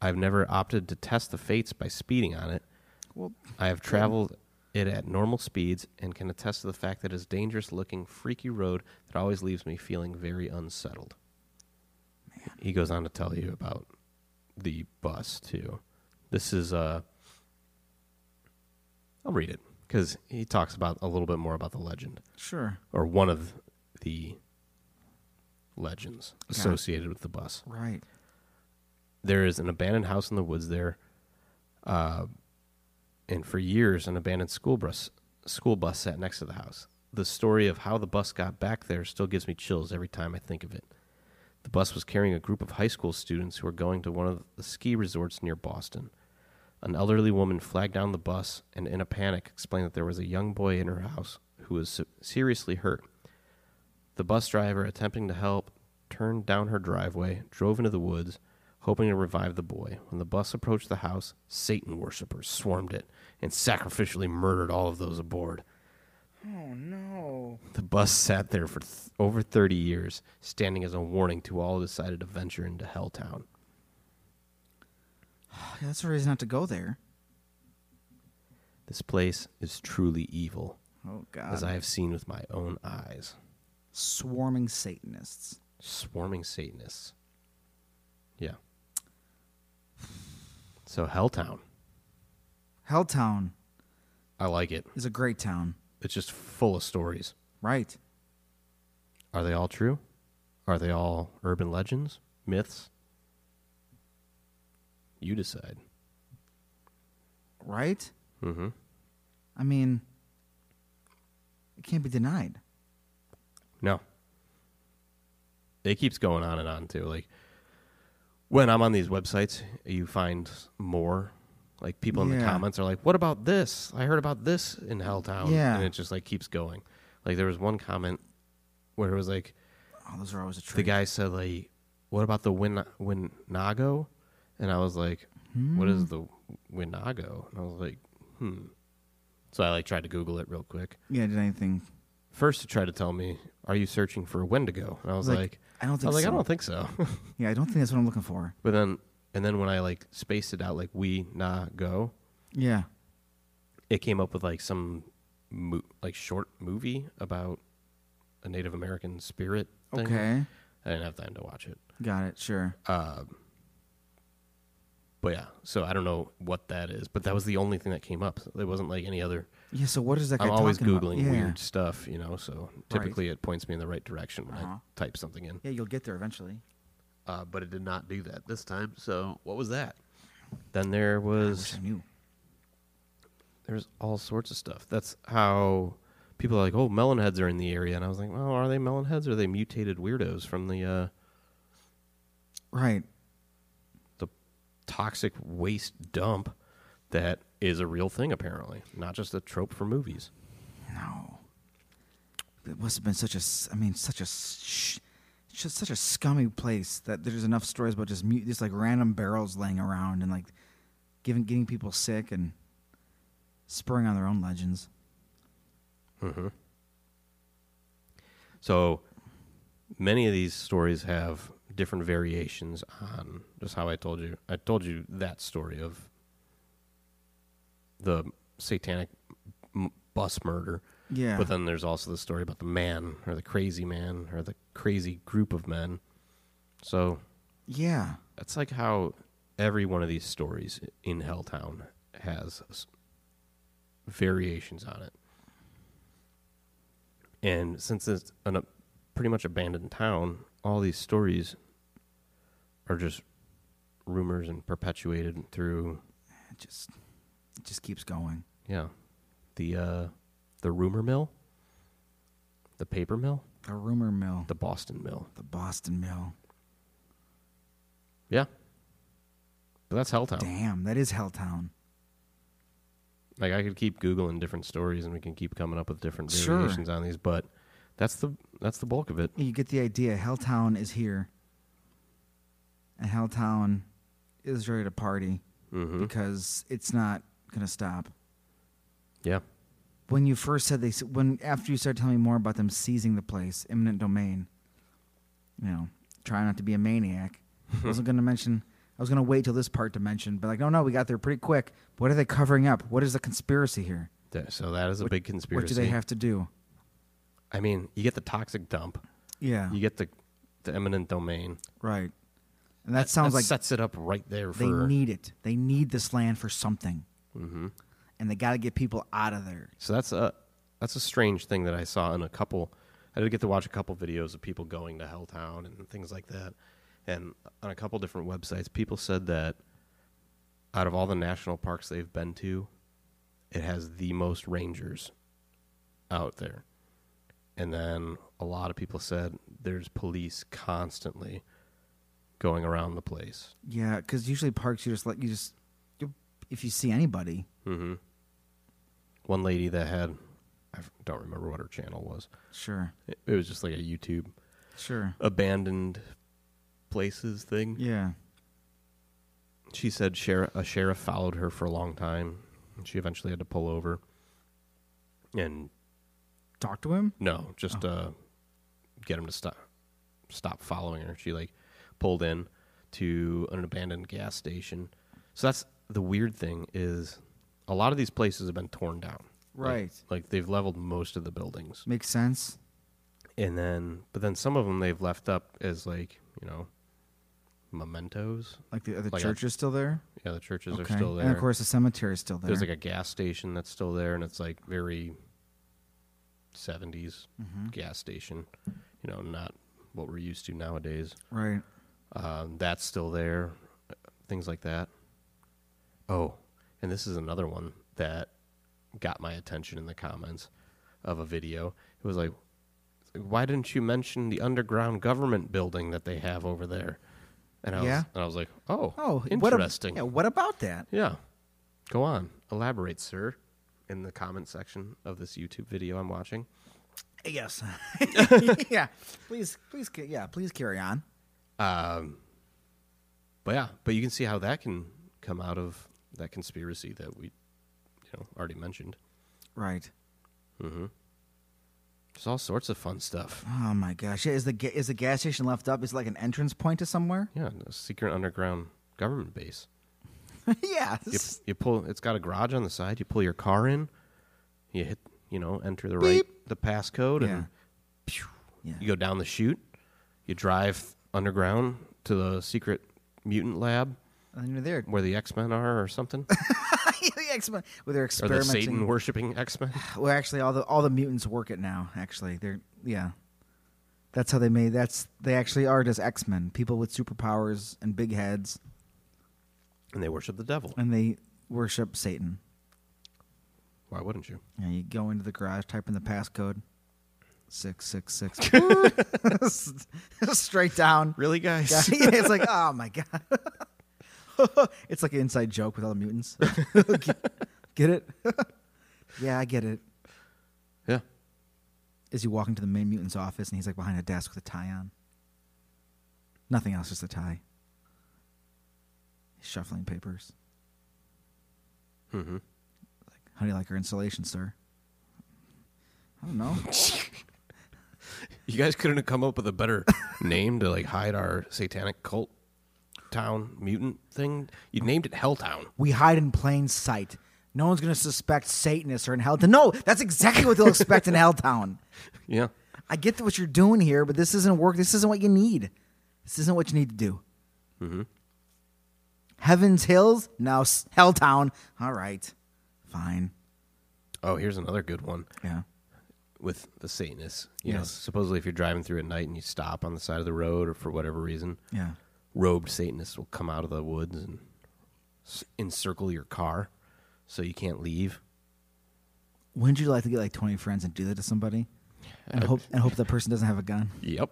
B: I've never opted to test the fates by speeding on it.
A: Well,
B: I have traveled it at normal speeds and can attest to the fact that it is dangerous looking, freaky road that always leaves me feeling very unsettled. He goes on to tell you about the bus too. This is uh I'll read it because he talks about a little bit more about the legend
A: sure.
B: or one of the legends associated with the bus
A: Right.
B: there is an abandoned house in the woods there, uh, and for years an abandoned school bus school bus sat next to the house. The story of how the bus got back there still gives me chills every time I think of it. The bus was carrying a group of high school students who were going to one of the ski resorts near Boston. An elderly woman flagged down the bus and, in a panic, explained that there was a young boy in her house who was se- seriously hurt. The bus driver, attempting to help, turned down her driveway, drove into the woods, hoping to revive the boy. When the bus approached the house, Satan worshippers swarmed it and sacrificially murdered all of those aboard.
A: Oh no.
B: The bus sat there for th- over 30 years, standing as a warning to all who decided to venture into Helltown.
A: that's a reason not to go there.
B: This place is truly evil,
A: Oh
B: as
A: god.
B: I have seen with my own eyes.
A: Swarming Satanists.
B: Swarming Satanists. Yeah. So, Helltown.
A: Helltown
B: I like it.
A: is a great town.
B: It's just full of stories.
A: Right.
B: Are they all true? Are they all urban legends, myths? You decide.
A: Right?
B: Mm-hmm.
A: I mean it can't be denied.
B: No. It keeps going on and on too. Like when I'm on these websites, you find more. Like people in the
A: Yeah.
B: comments are like, "What about this? I heard about this in Helltown."
A: Yeah.
B: and it just like keeps going. Like there was one comment where it was like,
A: Oh, those are always a treat.
B: the guy said like what about the win winago and i was like
A: Hmm.
B: what is the winago and i was like hmm so i like tried to google it real quick
A: Yeah, did anything
B: first it tried to tell me are you searching for a wendigo and i was
A: Like,
B: like,
A: I don't
B: i
A: think
B: was like
A: so.
B: i don't think so
A: Yeah, I don't think that's what I'm looking for.
B: but then and then when i like spaced it out like we na go
A: Yeah.
B: it came up with like some mo- like short movie about a native american spirit thing.
A: Okay.
B: i didn't have time to watch it
A: Got it, sure.
B: Uh, But yeah, so I don't know what that is, but that was the only thing that came up. It wasn't like any other.
A: yeah, so what is that guy
B: I'm always
A: talking about?
B: googling
A: Yeah.
B: weird stuff, you know. So typically it points me in the right direction when
A: Uh-huh.
B: I type something in.
A: Yeah, you'll get there eventually.
B: Uh, but it did not do that this time. So what was that? Then there
A: I wish
B: was
A: I knew.
B: there's all sorts of stuff. That's how people are like, oh, melon heads are in the area, and I was like, well, are they melon heads? Or are they mutated weirdos from the uh,
A: Right.
B: the toxic waste dump that is a real thing apparently, not just a trope for movies.
A: No. It must have been such a, s- I mean, such a, s- sh- it's just such a scummy place that there's enough stories about just mute, just like random barrels laying around and like giving, getting people sick and spurring on their own legends.
B: So many of these stories have different variations on just how I told you. I told you that story of the satanic m- bus murder.
A: Yeah.
B: But then there's also the story about the man or the crazy man or the crazy group of men. So
A: yeah.
B: that's like how every one of these stories in Helltown has s- variations on it. And since it's an, a pretty much abandoned town, all these stories are just rumors and perpetuated through
A: It just it just keeps going.
B: yeah the uh, the rumor mill, the paper mill,
A: The rumor mill,
B: the Boston mill.
A: the Boston mill.
B: Yeah, but that's Helltown.
A: Damn, that is Helltown.
B: Like I could keep googling different stories, and we can keep coming up with different
A: Sure.
B: variations on these. But that's the that's the bulk of it.
A: You get the idea. Helltown is here, and Helltown is ready to party
B: Mm-hmm.
A: because it's not gonna stop.
B: Yeah,
A: When you first said they, s- when after you started telling me more about them seizing the place, eminent domain. You know, try not to be a maniac. I wasn't gonna mention. I was gonna wait till this part to mention, but like, no, no, we got there pretty quick. What are they covering up? What is the conspiracy here?
B: Th- so that is a big conspiracy.
A: What do they have to do?
B: I mean, you get the toxic dump,
A: Yeah,
B: you get the the eminent domain.
A: right. And that sounds
B: that
A: like
B: sets it up right there
A: They
B: for.
A: need it. They need this land for something,
B: hmm
A: and they got to get people out of there.
B: So that's a that's a strange thing that I saw in a couple. I did get to watch a couple videos of people going to Helltown and things like that, and on a couple different websites, people said that out of all the national parks they've been to, it has the most rangers out there. And then a lot of people said there's police constantly going around the place.
A: Yeah, because usually parks, you just let you just you, if you see anybody,
B: Mm-hmm. One lady that had, I f- don't remember what her channel was.
A: sure,
B: It, it was just like a YouTube
A: sure,
B: abandoned places thing.
A: yeah,
B: She said sheriff, a sheriff followed her for a long time, and she eventually had to pull over. And
A: talk to him.
B: no,
A: Oh.
B: just uh, get him to stop stop following her. She like pulled in to an abandoned gas station. So that's the weird thing is a lot of these places have been torn down. Like-
A: Right.
B: like they've leveled most of the buildings.
A: Makes sense.
B: and then but then some of them they've left up as like you know mementos
A: Like the, the
B: Like
A: church is still there.
B: yeah the churches
A: okay,
B: are still there
A: and of course the cemetery is still there.
B: there's like a gas station that's still there and it's like very 70s
A: Mm-hmm.
B: gas station you know not what we're used to nowadays
A: right.
B: um, that's still there uh, things like that oh and this is another one that got my attention in the comments of a video it was like why didn't you mention the underground government building that they have over there and i,
A: Yeah.
B: was, and I was like oh
A: Oh, what ab-
B: interesting
A: yeah, what about that?
B: yeah. Go on. Elaborate, sir, in the comment section of this YouTube video I'm watching.
A: Yes. yeah. Please, please, ca- yeah, please carry on.
B: But yeah, but you can see how that can come out of that conspiracy that we you know already mentioned.
A: Right.
B: There's all sorts of fun stuff.
A: Oh my gosh. Yeah, is the ga- is the gas station left up? Is it like an entrance point to somewhere?
B: Yeah, a secret underground government base. You,
A: yes.
B: you pull it's got a garage on the side, you pull your car in, you hit you know, enter the right the passcode
A: Yeah.
B: and pew,
A: Yeah.
B: you go down the chute, you drive underground to the secret mutant lab.
A: And then you're there.
B: where the X Men are or something,
A: the X-Men, where they're
B: or the Satan
A: experimenting.
B: worshipping X Men.
A: well, actually, all the all the mutants work it now. Actually, they're yeah. That's how they made. That's they actually are just X-Men, people with superpowers and big heads,
B: And they worship the devil.
A: and they worship Satan.
B: Why wouldn't you?
A: You, know, you go into the garage, type in the passcode, six six six, straight down.
B: Really, guys?
A: Yeah, it's like oh my god. it's like an inside joke with all the mutants. Get- get it? yeah, I get it.
B: Yeah.
A: is you walk into the main mutant's office and he's like behind a desk with a tie on. Nothing else, just a tie. He's shuffling papers.
B: Mm-hmm.
A: Like, how do you like our installation, sir? I don't know.
B: You guys couldn't have come up with a better name to like hide our satanic cult town mutant thing. You named it Helltown.
A: we hide in plain sight. No one's gonna suspect Satanists are in Helltown. No, that's exactly what they'll expect in Helltown.
B: Yeah.
A: I get what you're doing here, but this isn't work. This isn't what you need. This isn't what you need to do. Mm-hmm. Heaven's Hills, now Helltown. All right, fine.
B: Oh, here's another good one
A: Yeah.
B: with the Satanists. You know,
A: Yes.
B: supposedly if you're driving through at night and you stop on the side of the road or for whatever reason,
A: Yeah.
B: robed Satanists will come out of the woods and s- encircle your car so you can't leave.
A: Wouldn't you like to get like 20 friends and do that to somebody? And hope and hope that person doesn't have a gun
B: Yep.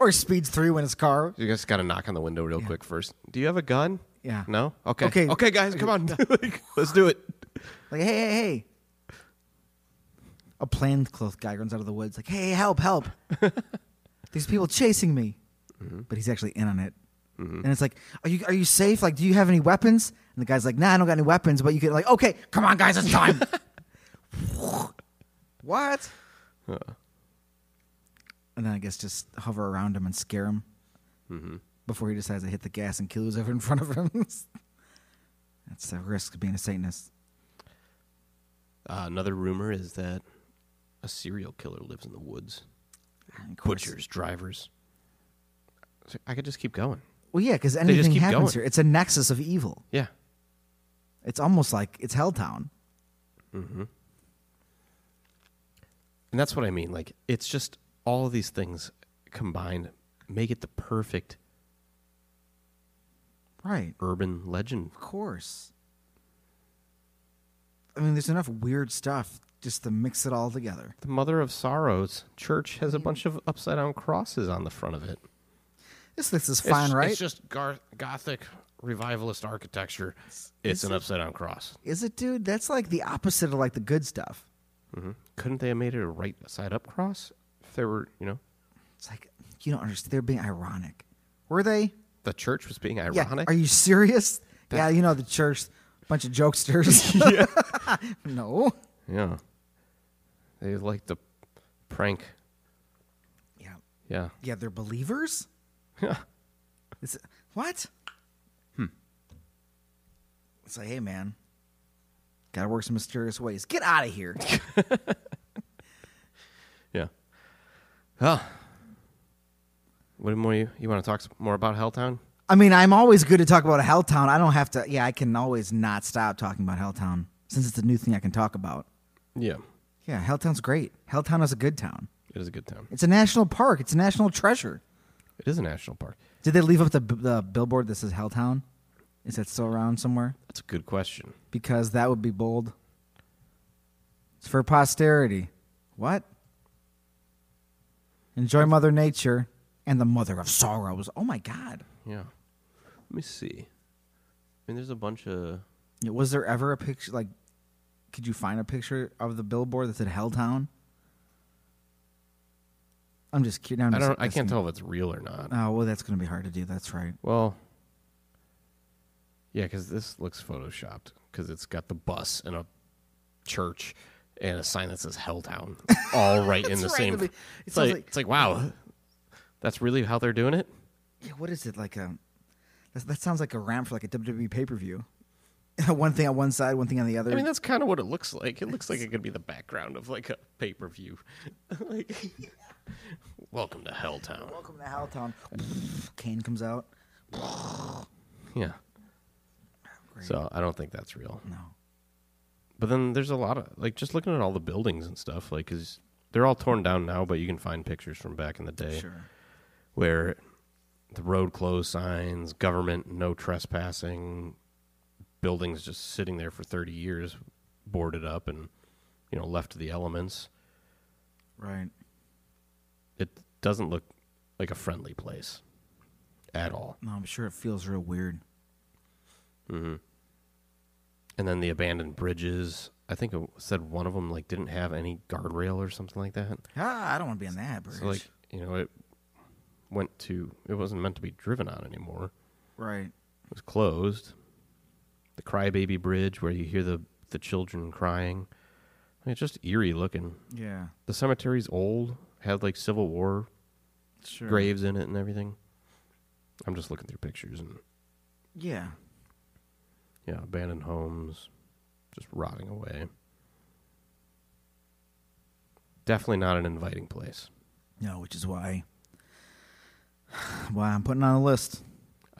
A: or speeds through in his car.
B: you just got to knock on the window real quick first. Do you have a gun?
A: Yeah.
B: No? Okay.
A: Okay.
B: Okay, guys, come on. Like, let's do it.
A: Like, hey, hey, hey. A plainclothes guy runs out of the woods, like, hey, help, help. These people chasing me. But he's actually in on it. And it's like, are you are you safe? Like, do you have any weapons? And the guy's like, nah, I don't got any weapons. But you get like, okay, come on, guys, it's time. what? And then I guess just hover around him and scare him before he decides to hit the gas and kill who's ever in front of him. That's the risk of being a Satanist.
B: Uh, another rumor is that a serial killer lives in the woods.
A: And of course-
B: Butchers, drivers. So I could just keep going.
A: Well, yeah, because
B: just
A: anything
B: keep
A: happens
B: going.
A: here. It's a nexus of evil.
B: Yeah.
A: It's almost like it's Helltown.
B: And that's what I mean. Like, it's just all of these things combined make it the perfect
A: Right.
B: urban legend.
A: Of course. I mean, there's enough weird stuff just to mix it all together.
B: The mother of sorrows church has a bunch of upside down crosses on the front of it.
A: This, this is fine,
B: it's,
A: right?
B: It's just gar- gothic revivalist architecture. It's,
A: it's
B: an
A: a-
B: upside down cross.
A: is it, dude? That's like the opposite of like the good stuff.
B: Couldn't they have made it a right side up cross if there were, you know,
A: It's like, you don't understand. They're being ironic. Were they?
B: the church was being
A: Yeah.
B: ironic?
A: Are you serious? yeah, you know, the church, bunch of jokesters. yeah. no.
B: yeah. They like the prank.
A: Yeah.
B: Yeah.
A: Yeah, they're believers? It's, what? Hmm. It's like, hey, man, gotta work some mysterious ways. Get out of here.
B: Yeah. Huh. What more you, you want to talk s- more about Helltown?
A: I mean, I'm always good to talk about Helltown. I don't have to. Yeah, I can always not stop talking about Helltown since it's a new thing I can talk about.
B: Yeah.
A: Yeah, Helltown's great. Helltown is a good town.
B: It is a good town.
A: It's a national park. It's a national treasure.
B: It is a national park.
A: Did they leave up the the billboard that says Helltown? Is that still around somewhere?
B: That's a good question.
A: because that would be bold. It's for posterity. What? Enjoy Mother Nature and the Mother of Sorrows. Oh my God.
B: Yeah. Let me see. I mean, there's a bunch of.
A: Was there ever a picture, like, could you find a picture of the billboard that said Helltown? I'm just kidding. I'm
B: I
A: just
B: don't. I can't
A: guessing.
B: tell if it's real or not.
A: Oh, well, that's going to be hard to do. That's right.
B: Well, yeah, because this looks photoshopped because it's got the bus and a church and a sign that says Helltown all right in the
A: right
B: same.
A: in the- it
B: it's,
A: sounds
B: like,
A: like-
B: it's like wow, that's really how they're doing it.
A: Yeah, what is it like a? That, that sounds like a ramp for like a WWE pay per view. one thing on one side, one thing on the other.
B: I mean, that's kind of what it looks like. It looks like it could be the background of like a pay per view. like, welcome to Helltown.
A: Welcome to Helltown. Kane comes out.
B: Yeah.
A: Great.
B: So I don't think that's real.
A: No.
B: But then there's a lot of like just looking at all the buildings and stuff, like because they're all torn down now, but you can find pictures from back in the day
A: Sure.
B: where the road closed signs, government no trespassing, buildings just sitting there for 30 years, boarded up and you know left to the elements.
A: Right.
B: It doesn't look like a friendly place at all.
A: No, I'm sure it feels real weird.
B: And then the abandoned bridges. I think it said one of them like didn't have any guardrail or something like that.
A: Ah, I don't want to be on that bridge.
B: So like you know, it went to it wasn't meant to be driven on anymore.
A: right.
B: It was closed. The crybaby bridge where you hear the the children crying. I mean, it's just eerie looking.
A: Yeah.
B: The cemetery's old, had like Civil War
A: Sure.
B: graves in it and everything. I'm just looking through pictures and
A: Yeah.
B: yeah, abandoned homes, just rotting away. Definitely not an inviting place.
A: No, which is why. Why I'm putting on a list.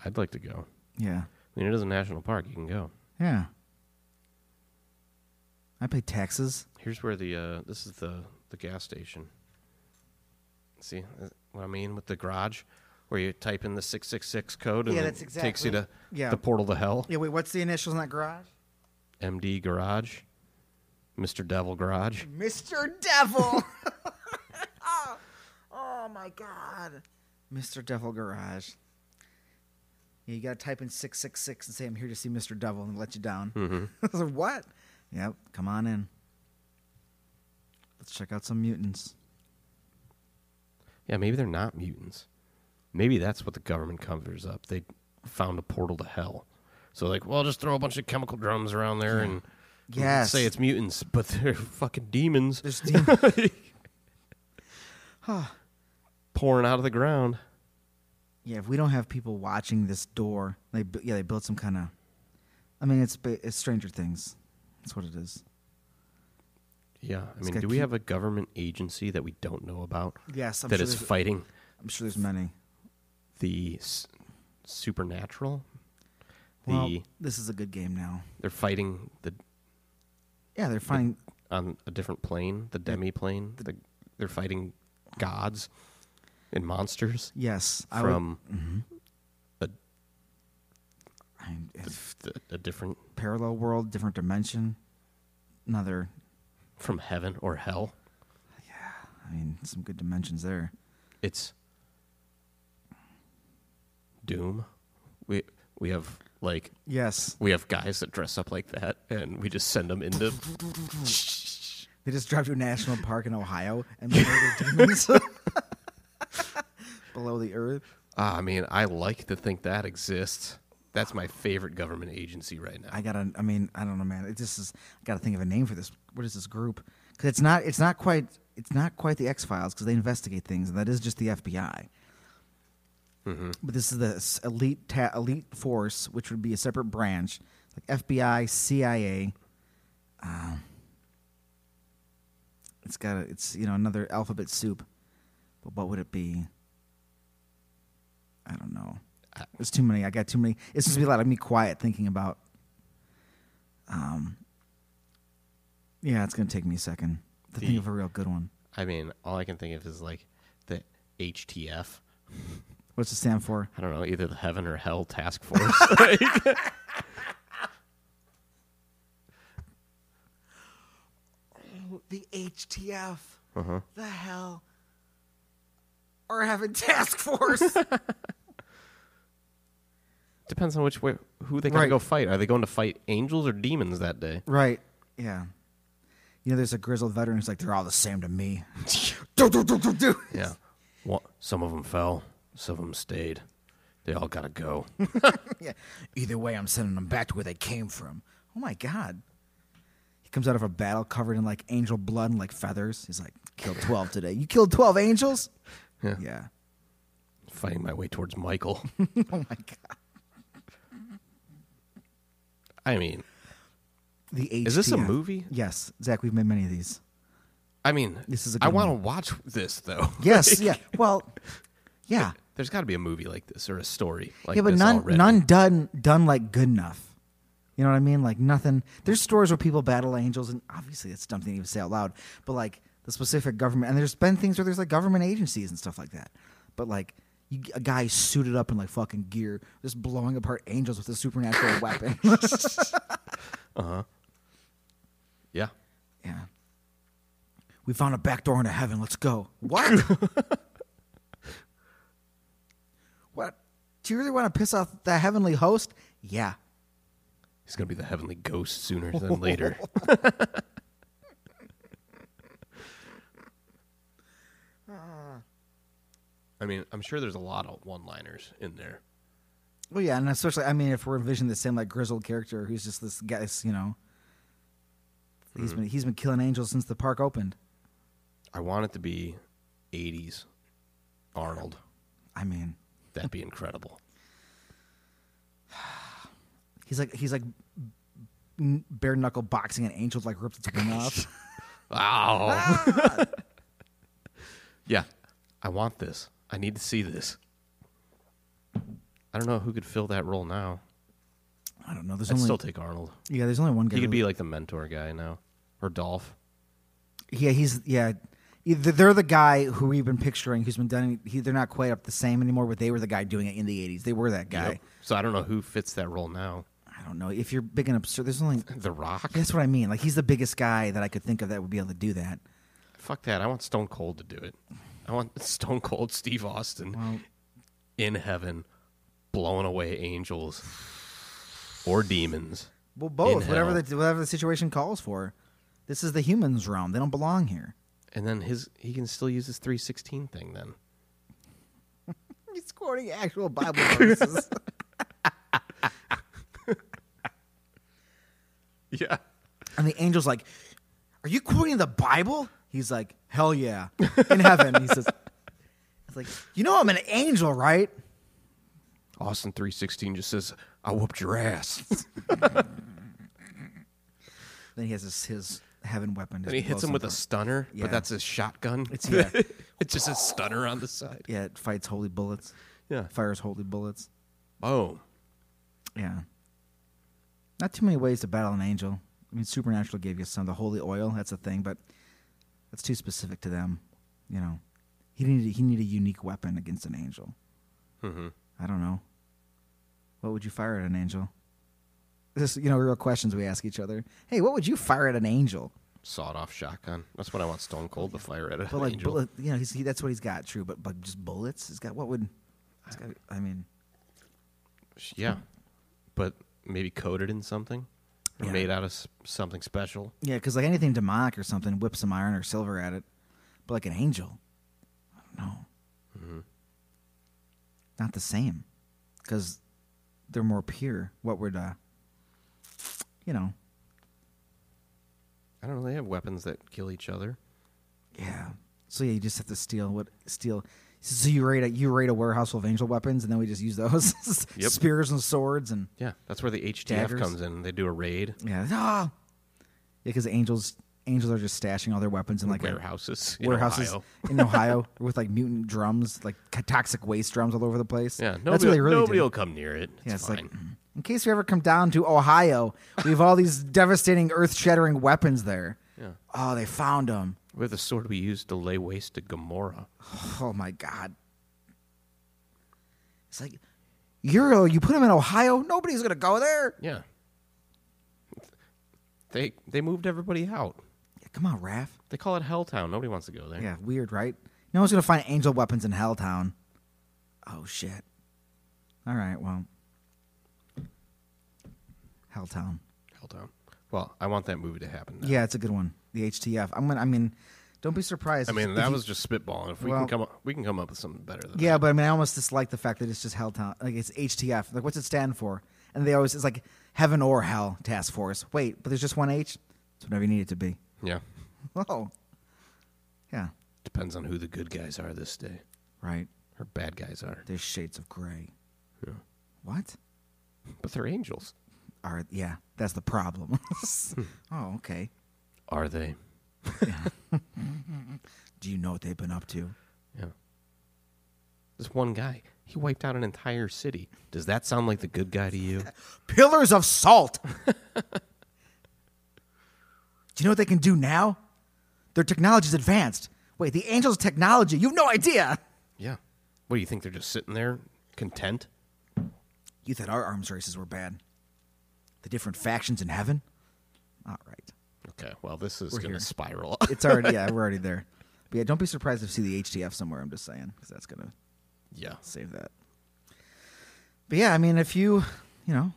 B: I'd like to go.
A: Yeah.
B: I mean, it is a national park. You can go.
A: Yeah. I pay taxes.
B: Here's where the uh, this is the the gas station. See uh, what I mean with the garage, where you type in the six six six code and
A: Yeah,
B: it
A: that's
B: takes
A: exactly-
B: you to
A: yeah.
B: the portal to hell.
A: Yeah, wait, what's the initials in that garage?
B: MD Garage, Mister Devil Garage.
A: Mr. Devil. oh my god. Mr. Devil Garage. Yeah, you gotta type in six six six and say I'm here to see Mr. Devil and let you down. I said, what? Yep, come on in. Let's check out some mutants.
B: Yeah, maybe they're not mutants. Maybe that's what the government covers up. They found a portal to hell. So like, well, just throw a bunch of chemical drums around there and
A: Yes.
B: say it's mutants, but they're fucking demons
A: There's dem-
B: pouring out of the ground.
A: yeah, if we don't have people watching this door, they bu- yeah they built some kind of. I mean, it's ba- it's Stranger Things. That's what it is.
B: Yeah, I mean,
A: gotta
B: do we
A: keep-
B: have a government agency that we don't know about
A: Yes, I'm
B: that
A: sure
B: is
A: there's-
B: fighting
A: I'm sure there's many.
B: the s- supernatural? The
A: Well, this is a good game now.
B: they're fighting the
A: Yeah, they're finding.
B: on a different plane, the demi plane. The, they're fighting gods and monsters
A: Yes, I would, Mm-hmm.
B: from
A: I'm- it's
B: th- a different
A: parallel world, different dimension, another.
B: from heaven or hell.
A: I mean, some good dimensions there.
B: It's doom. We we have like
A: Yes,
B: we have guys that dress up like that, and we just send them into.
A: they just drive to a national park in Ohio and murder demons below the earth.
B: Ah, I mean, I like to think that exists. That's my favorite government agency right now.
A: I gotta. I mean, I don't know, man. It just is. I gotta think of a name for this. What is this group? Because it's not. It's not quite. It's not quite the X Files because they investigate things, and that is just the FBI. But this is the s- elite ta- elite force, which would be a separate branch, like FBI, CIA. Um, it's got. A, it's you know another alphabet soup, but what would it be? I don't know. There's too many. I got too many. It's just be a lot of me quiet thinking about. Um. Yeah, it's gonna take me a second to think
B: The-
A: of a real good one.
B: I mean, all I can think of is like the HTF.
A: What's it stand for?
B: I don't know, either the heaven or hell task force. Like,
A: The HTF. The hell. Or having task force.
B: depends on which way who they gotta
A: Right.
B: go fight. Are they going to fight angels or demons that day?
A: right. Yeah. You know, there's a grizzled veteran who's like, they're all the same to me. do, do, do, do, do.
B: Yeah. What? Some of them fell. Some of them stayed. They all gotta go.
A: yeah. Either way, I'm sending them back to where they came from. Oh my God. He comes out of a battle covered in like angel blood and like feathers. He's like, killed 12 today. You killed 12 angels?
B: Yeah.
A: Yeah.
B: Fighting my way towards Michael.
A: Oh my God.
B: I mean,
A: The HTF.
B: Is this a movie?
A: Yes. Zach, we've made many of these.
B: I mean,
A: This is a
B: I
A: good
B: want to watch this though.
A: Yes. yeah. Well, yeah.
B: There's got to be a movie like this or a story like
A: yeah, but
B: this
A: none
B: already.
A: none done done like good enough. You know what I mean? Like nothing. There's stories where people battle angels, and obviously that's something you say out loud. But like the specific government, and there's been things where there's like government agencies and stuff like that. But like you, a guy suited up in like fucking gear, just blowing apart angels with a supernatural weapon.
B: Yeah.
A: yeah. We found a back door into heaven. Let's go. What? what? Do you really want to piss off the heavenly host? Yeah.
B: He's gonna be the heavenly ghost sooner than later. I mean, I'm sure there's a lot of one-liners in there.
A: Well, yeah, and especially, I mean, if we're envisioning the same like grizzled character who's just this guy, this, you know, he's
B: Mm-hmm.
A: been he's been killing angels since the park opened.
B: I want it to be 80s Arnold.
A: I mean,
B: That'd be incredible.
A: he's like he's like n- bare knuckle boxing an angel to, like ripped its wing off.
B: Wow.
A: Ah.
B: yeah, I want this. I need to see this. I don't know who could fill that role now.
A: I don't know. There's
B: I'd
A: only
B: still take Arnold.
A: yeah. There's only one guy.
B: He could
A: who-
B: be like the mentor guy now. or Dolph.
A: Yeah, he's yeah. Either they're the guy who we've been picturing, who's been done. He, they're not quite up the same anymore, but they were the guy doing it in the '80s. They were that guy.
B: Yep. So I don't know who fits that role now.
A: I don't know if you're big and absurd. There's only
B: The Rock.
A: that's what I mean. Like he's the biggest guy that I could think of that would be able to do that.
B: Fuck that. I want Stone Cold to do it. I want Stone Cold Steve Austin
A: Well,
B: in heaven, blowing away angels or demons.
A: well both
B: In
A: whatever
B: hell.
A: the whatever the situation calls for. This is the humans realm. They don't belong here.
B: And then his he can still use his 316 thing then.
A: He's quoting actual Bible verses.
B: Yeah.
A: And the angel's like, Are you quoting the Bible? He's like, Hell yeah. In heaven. he says, It's like, You know I'm an angel, right?
B: Austin 316 just says, "I whooped your ass."
A: Then he has his, his heaven weapon.
B: and he hits him with a stunner,
A: Yeah.
B: but that's his shotgun.
A: It's- yeah.
B: it's just a stunner on the side.
A: Yeah, it fights holy bullets.
B: Yeah.
A: Fires holy bullets.
B: Boom.
A: Yeah. Not too many ways to battle an angel. I mean, Supernatural gave you some. The holy oil, that's a thing, but that's too specific to them. You know, he needed he needed a unique weapon against an angel.
B: Mm-hmm.
A: I don't know. What would you fire at an angel? This, you know, real questions we ask each other. Hey, what would you fire at an angel?
B: Sawed-off shotgun. That's what I want Stone Cold to fire at an
A: But like,
B: angel.
A: bullet, you know, he's, he, that's what he's got. True, but but just bullets. He's got what would? He's got, I mean,
B: Yeah, but maybe coated in something, or
A: Yeah.
B: made out of s- something special.
A: yeah, because like anything demonic or something, whip some iron or silver at it. But like an angel, I don't know. Not the same, because they're more pure. What would, uh, you know,
B: I don't know. They have weapons that kill each other.
A: Yeah. So yeah, you just have to steal what steal. So you raid a you raid a warehouse full of angel weapons, and then we just use those
B: Yep.
A: spears and swords and
B: Yeah, that's where the HTF
A: Daggers.
B: comes in. They do a raid
A: yeah, ah! yeah, because angels angels are just stashing all their weapons in like a-
B: warehouses. in
A: warehouses
B: Ohio.
A: in Ohio with like mutant drums, like ca- toxic waste drums all over the place.
B: Yeah,
A: that's what
B: nobody,
A: they really
B: nobody
A: do.
B: will come near it. It's
A: yeah, it's
B: fine.
A: like in case we ever come down to Ohio, we have all these devastating, earth-shattering weapons there.
B: Yeah.
A: Oh, they found them.
B: we have the sword we used to lay waste to Gomorrah.
A: Oh my god. It's like Euro, you put him in Ohio, nobody's gonna go there.
B: Yeah, they they moved everybody out.
A: Yeah, come on, Raph.
B: They call it Helltown. Nobody wants to go there.
A: Yeah, weird, right? No one's gonna find angel weapons in Helltown. Oh shit. Alright, well. Helltown.
B: Helltown. Well, I want that movie to happen. Now.
A: Yeah, it's a good one. The HTF. I'm gonna I mean, don't be surprised.
B: I
A: if-
B: mean,
A: if
B: that
A: you-
B: was just spitballing. If we
A: Well-
B: can come up, we can come up with something better than that.
A: Yeah, but I mean I almost dislike the fact that it's just Helltown like it's HTF. Like what's it stand for? And they always it's like heaven or hell task force. Wait, but there's just one H? It's whatever you need it to be.
B: Yeah.
A: Oh. Yeah.
B: Depends on who the good guys are this day,
A: Right.
B: or bad guys are.
A: There's shades of gray.
B: Yeah.
A: What?
B: But they're angels.
A: Are yeah, that's the problem. oh, okay.
B: Are they?
A: Do you know what they've been up to?
B: Yeah. This one guy, he wiped out an entire city. Does that sound like the good guy to you?
A: Pillars of salt. do you know what they can do now? Their technology's advanced. Wait, the angels' technology. You've no idea.
B: yeah. What do you think? They're just sitting there content?
A: You thought our arms races were bad. The different factions in heaven? All right.
B: Okay. Well, this is
A: We're
B: going
A: here.
B: to spiral.
A: It's already, yeah, we're already there. But yeah, don't be surprised if you see the HTF somewhere, I'm just saying, because that's going to
B: yeah.
A: save that. But yeah, I mean, if you, you know,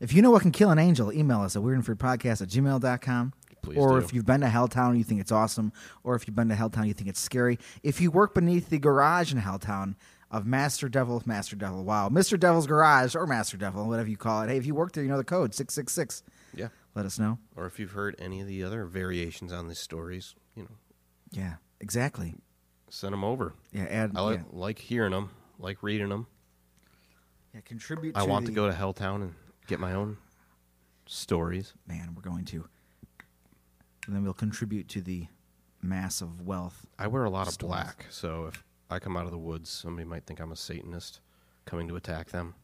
A: if you know what can kill an angel, email us at weirdandfruitpodcast at gmail.com.
B: Please
A: or
B: do.
A: if you've been to Helltown and you think it's awesome, or if you've been to Helltown you think it's scary. If you work beneath the garage in Helltown of Master Devil, Master Devil, wow, Mr. Devil's Garage or Master Devil, whatever you call it. Hey, if you work there, you know the code 666.
B: Yeah.
A: Let us know.
B: Or if you've heard any of the other variations on these stories, you know,
A: Yeah, exactly.
B: send them over.
A: Yeah, add.
B: I like,
A: yeah.
B: like hearing them, like reading them.
A: Yeah, contribute.
B: I want
A: the-
B: to go to Helltown and get my own stories.
A: Man, we're going to. And then we'll contribute to the mass of wealth.
B: I wear a lot of
A: Stories.
B: black, so if I come out of the woods, somebody might think I'm a Satanist coming to attack them.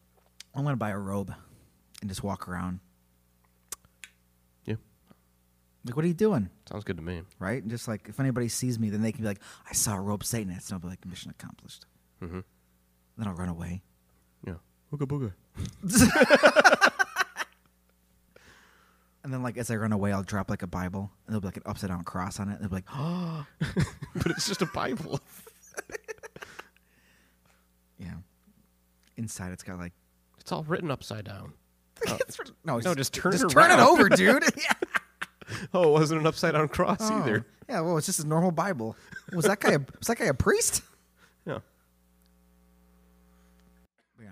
A: I'm gonna buy a robe and just walk around.
B: Yeah.
A: Like, what are you doing?
B: Sounds good to me.
A: Right? And just like if anybody sees me, then they can be like, I saw a rope Satanist. And I'll be like, mission accomplished.
B: Mhm.
A: Then I'll run away.
B: Yeah. Ooga booga.
A: And then, like, as I run away, I'll drop like a Bible and there'll be like an upside down cross on it. And they'll be like, oh,
B: but it's just a Bible.
A: yeah. Inside, it's got like,
B: It's all written upside down.
A: It's- no,
B: no, just turn it
A: turn it
B: around.
A: over, dude. yeah.
B: Oh, it wasn't an upside down cross either.
A: Oh, Yeah, well, it's just a normal Bible. Was that guy a, was that guy a priest?
B: Yeah.
A: Yeah.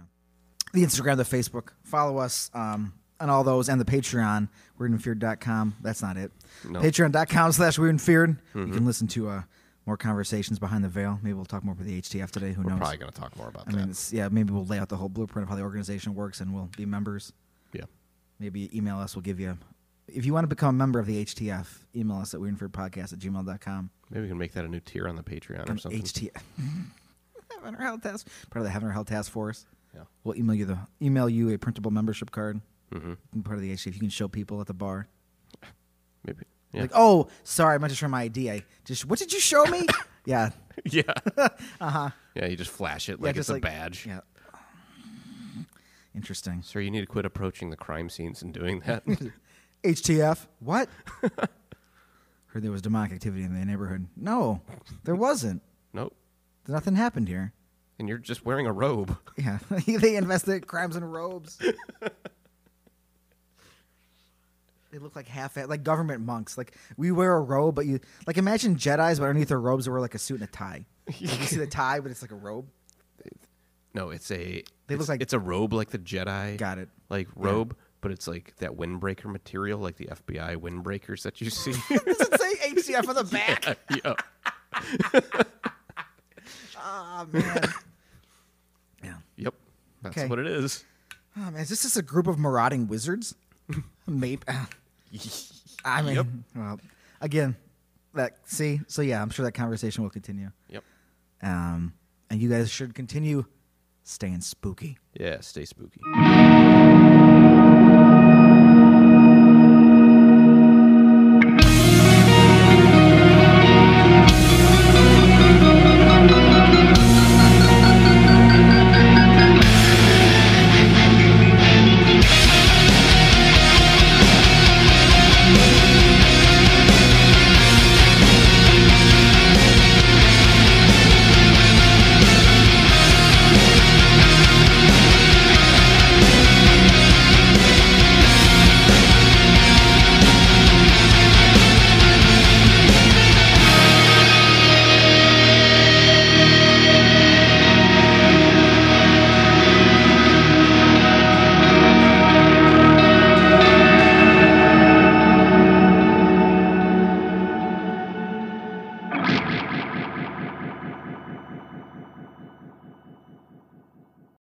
A: The Instagram, the Facebook. Follow us um, on all those and the Patreon, weirdandfeared.com. That's not it.
B: No.
A: Patreon.com slash weirdandfeared. You
B: Mm-hmm.
A: can listen to uh, more conversations behind the veil. Maybe we'll talk more about the HTF today. Who
B: We're
A: knows?
B: probably going to talk more about
A: I
B: that.
A: mean, it's, yeah, maybe we'll lay out the whole blueprint of how the organization works and we'll be members.
B: yeah.
A: Maybe email us. We'll give you. If you want to become a member of the HTF, email us at weirdandfearedpodcast at gmail.com.
B: Maybe we can make that a new tier on the Patreon or something.
A: HTF. Heaven or Hell Task. Part of the Heaven or Hell Task Force.
B: Yeah.
A: We'll email you the email you a printable membership card.
B: hmm
A: And Part of the HTF. You can show people at the bar.
B: Maybe. Yeah.
A: Like, oh, sorry, I meant to show my ID. I just what did you show me? yeah.
B: yeah. uh huh. Yeah, you just flash it like
A: Uh-huh. yeah,
B: it's
A: just
B: a
A: like-
B: badge.
A: Yeah. Interesting.
B: Sir, you need to quit approaching the crime scenes and doing that.
A: HTF. What? Heard there was demonic activity in the neighborhood. No, there wasn't.
B: nope.
A: Nothing happened here.
B: And you're just wearing a robe.
A: Yeah, they investigate crimes in robes. they look like half like government monks. Like we wear a robe, but you like imagine Jedi's, but underneath their robes they wear like a suit and a tie. you see the tie, but it's like a robe.
B: No, it's a.
A: They look
B: it's-
A: like-
B: it's a robe like the Jedi.
A: Got it.
B: Like robe, but it's like that windbreaker material, like the FBI windbreakers that you see.
A: Does it say HCF on the back?
B: yeah.
A: Oh man. yeah.
B: Yep. That's
A: Okay.
B: what it is.
A: Oh man, is this just a group of marauding wizards? Maybe. I mean,
B: Yep.
A: well, again, that see. So yeah, I'm sure that conversation will continue.
B: Yep.
A: Um, and you guys should continue staying spooky.
B: Yeah. Stay spooky.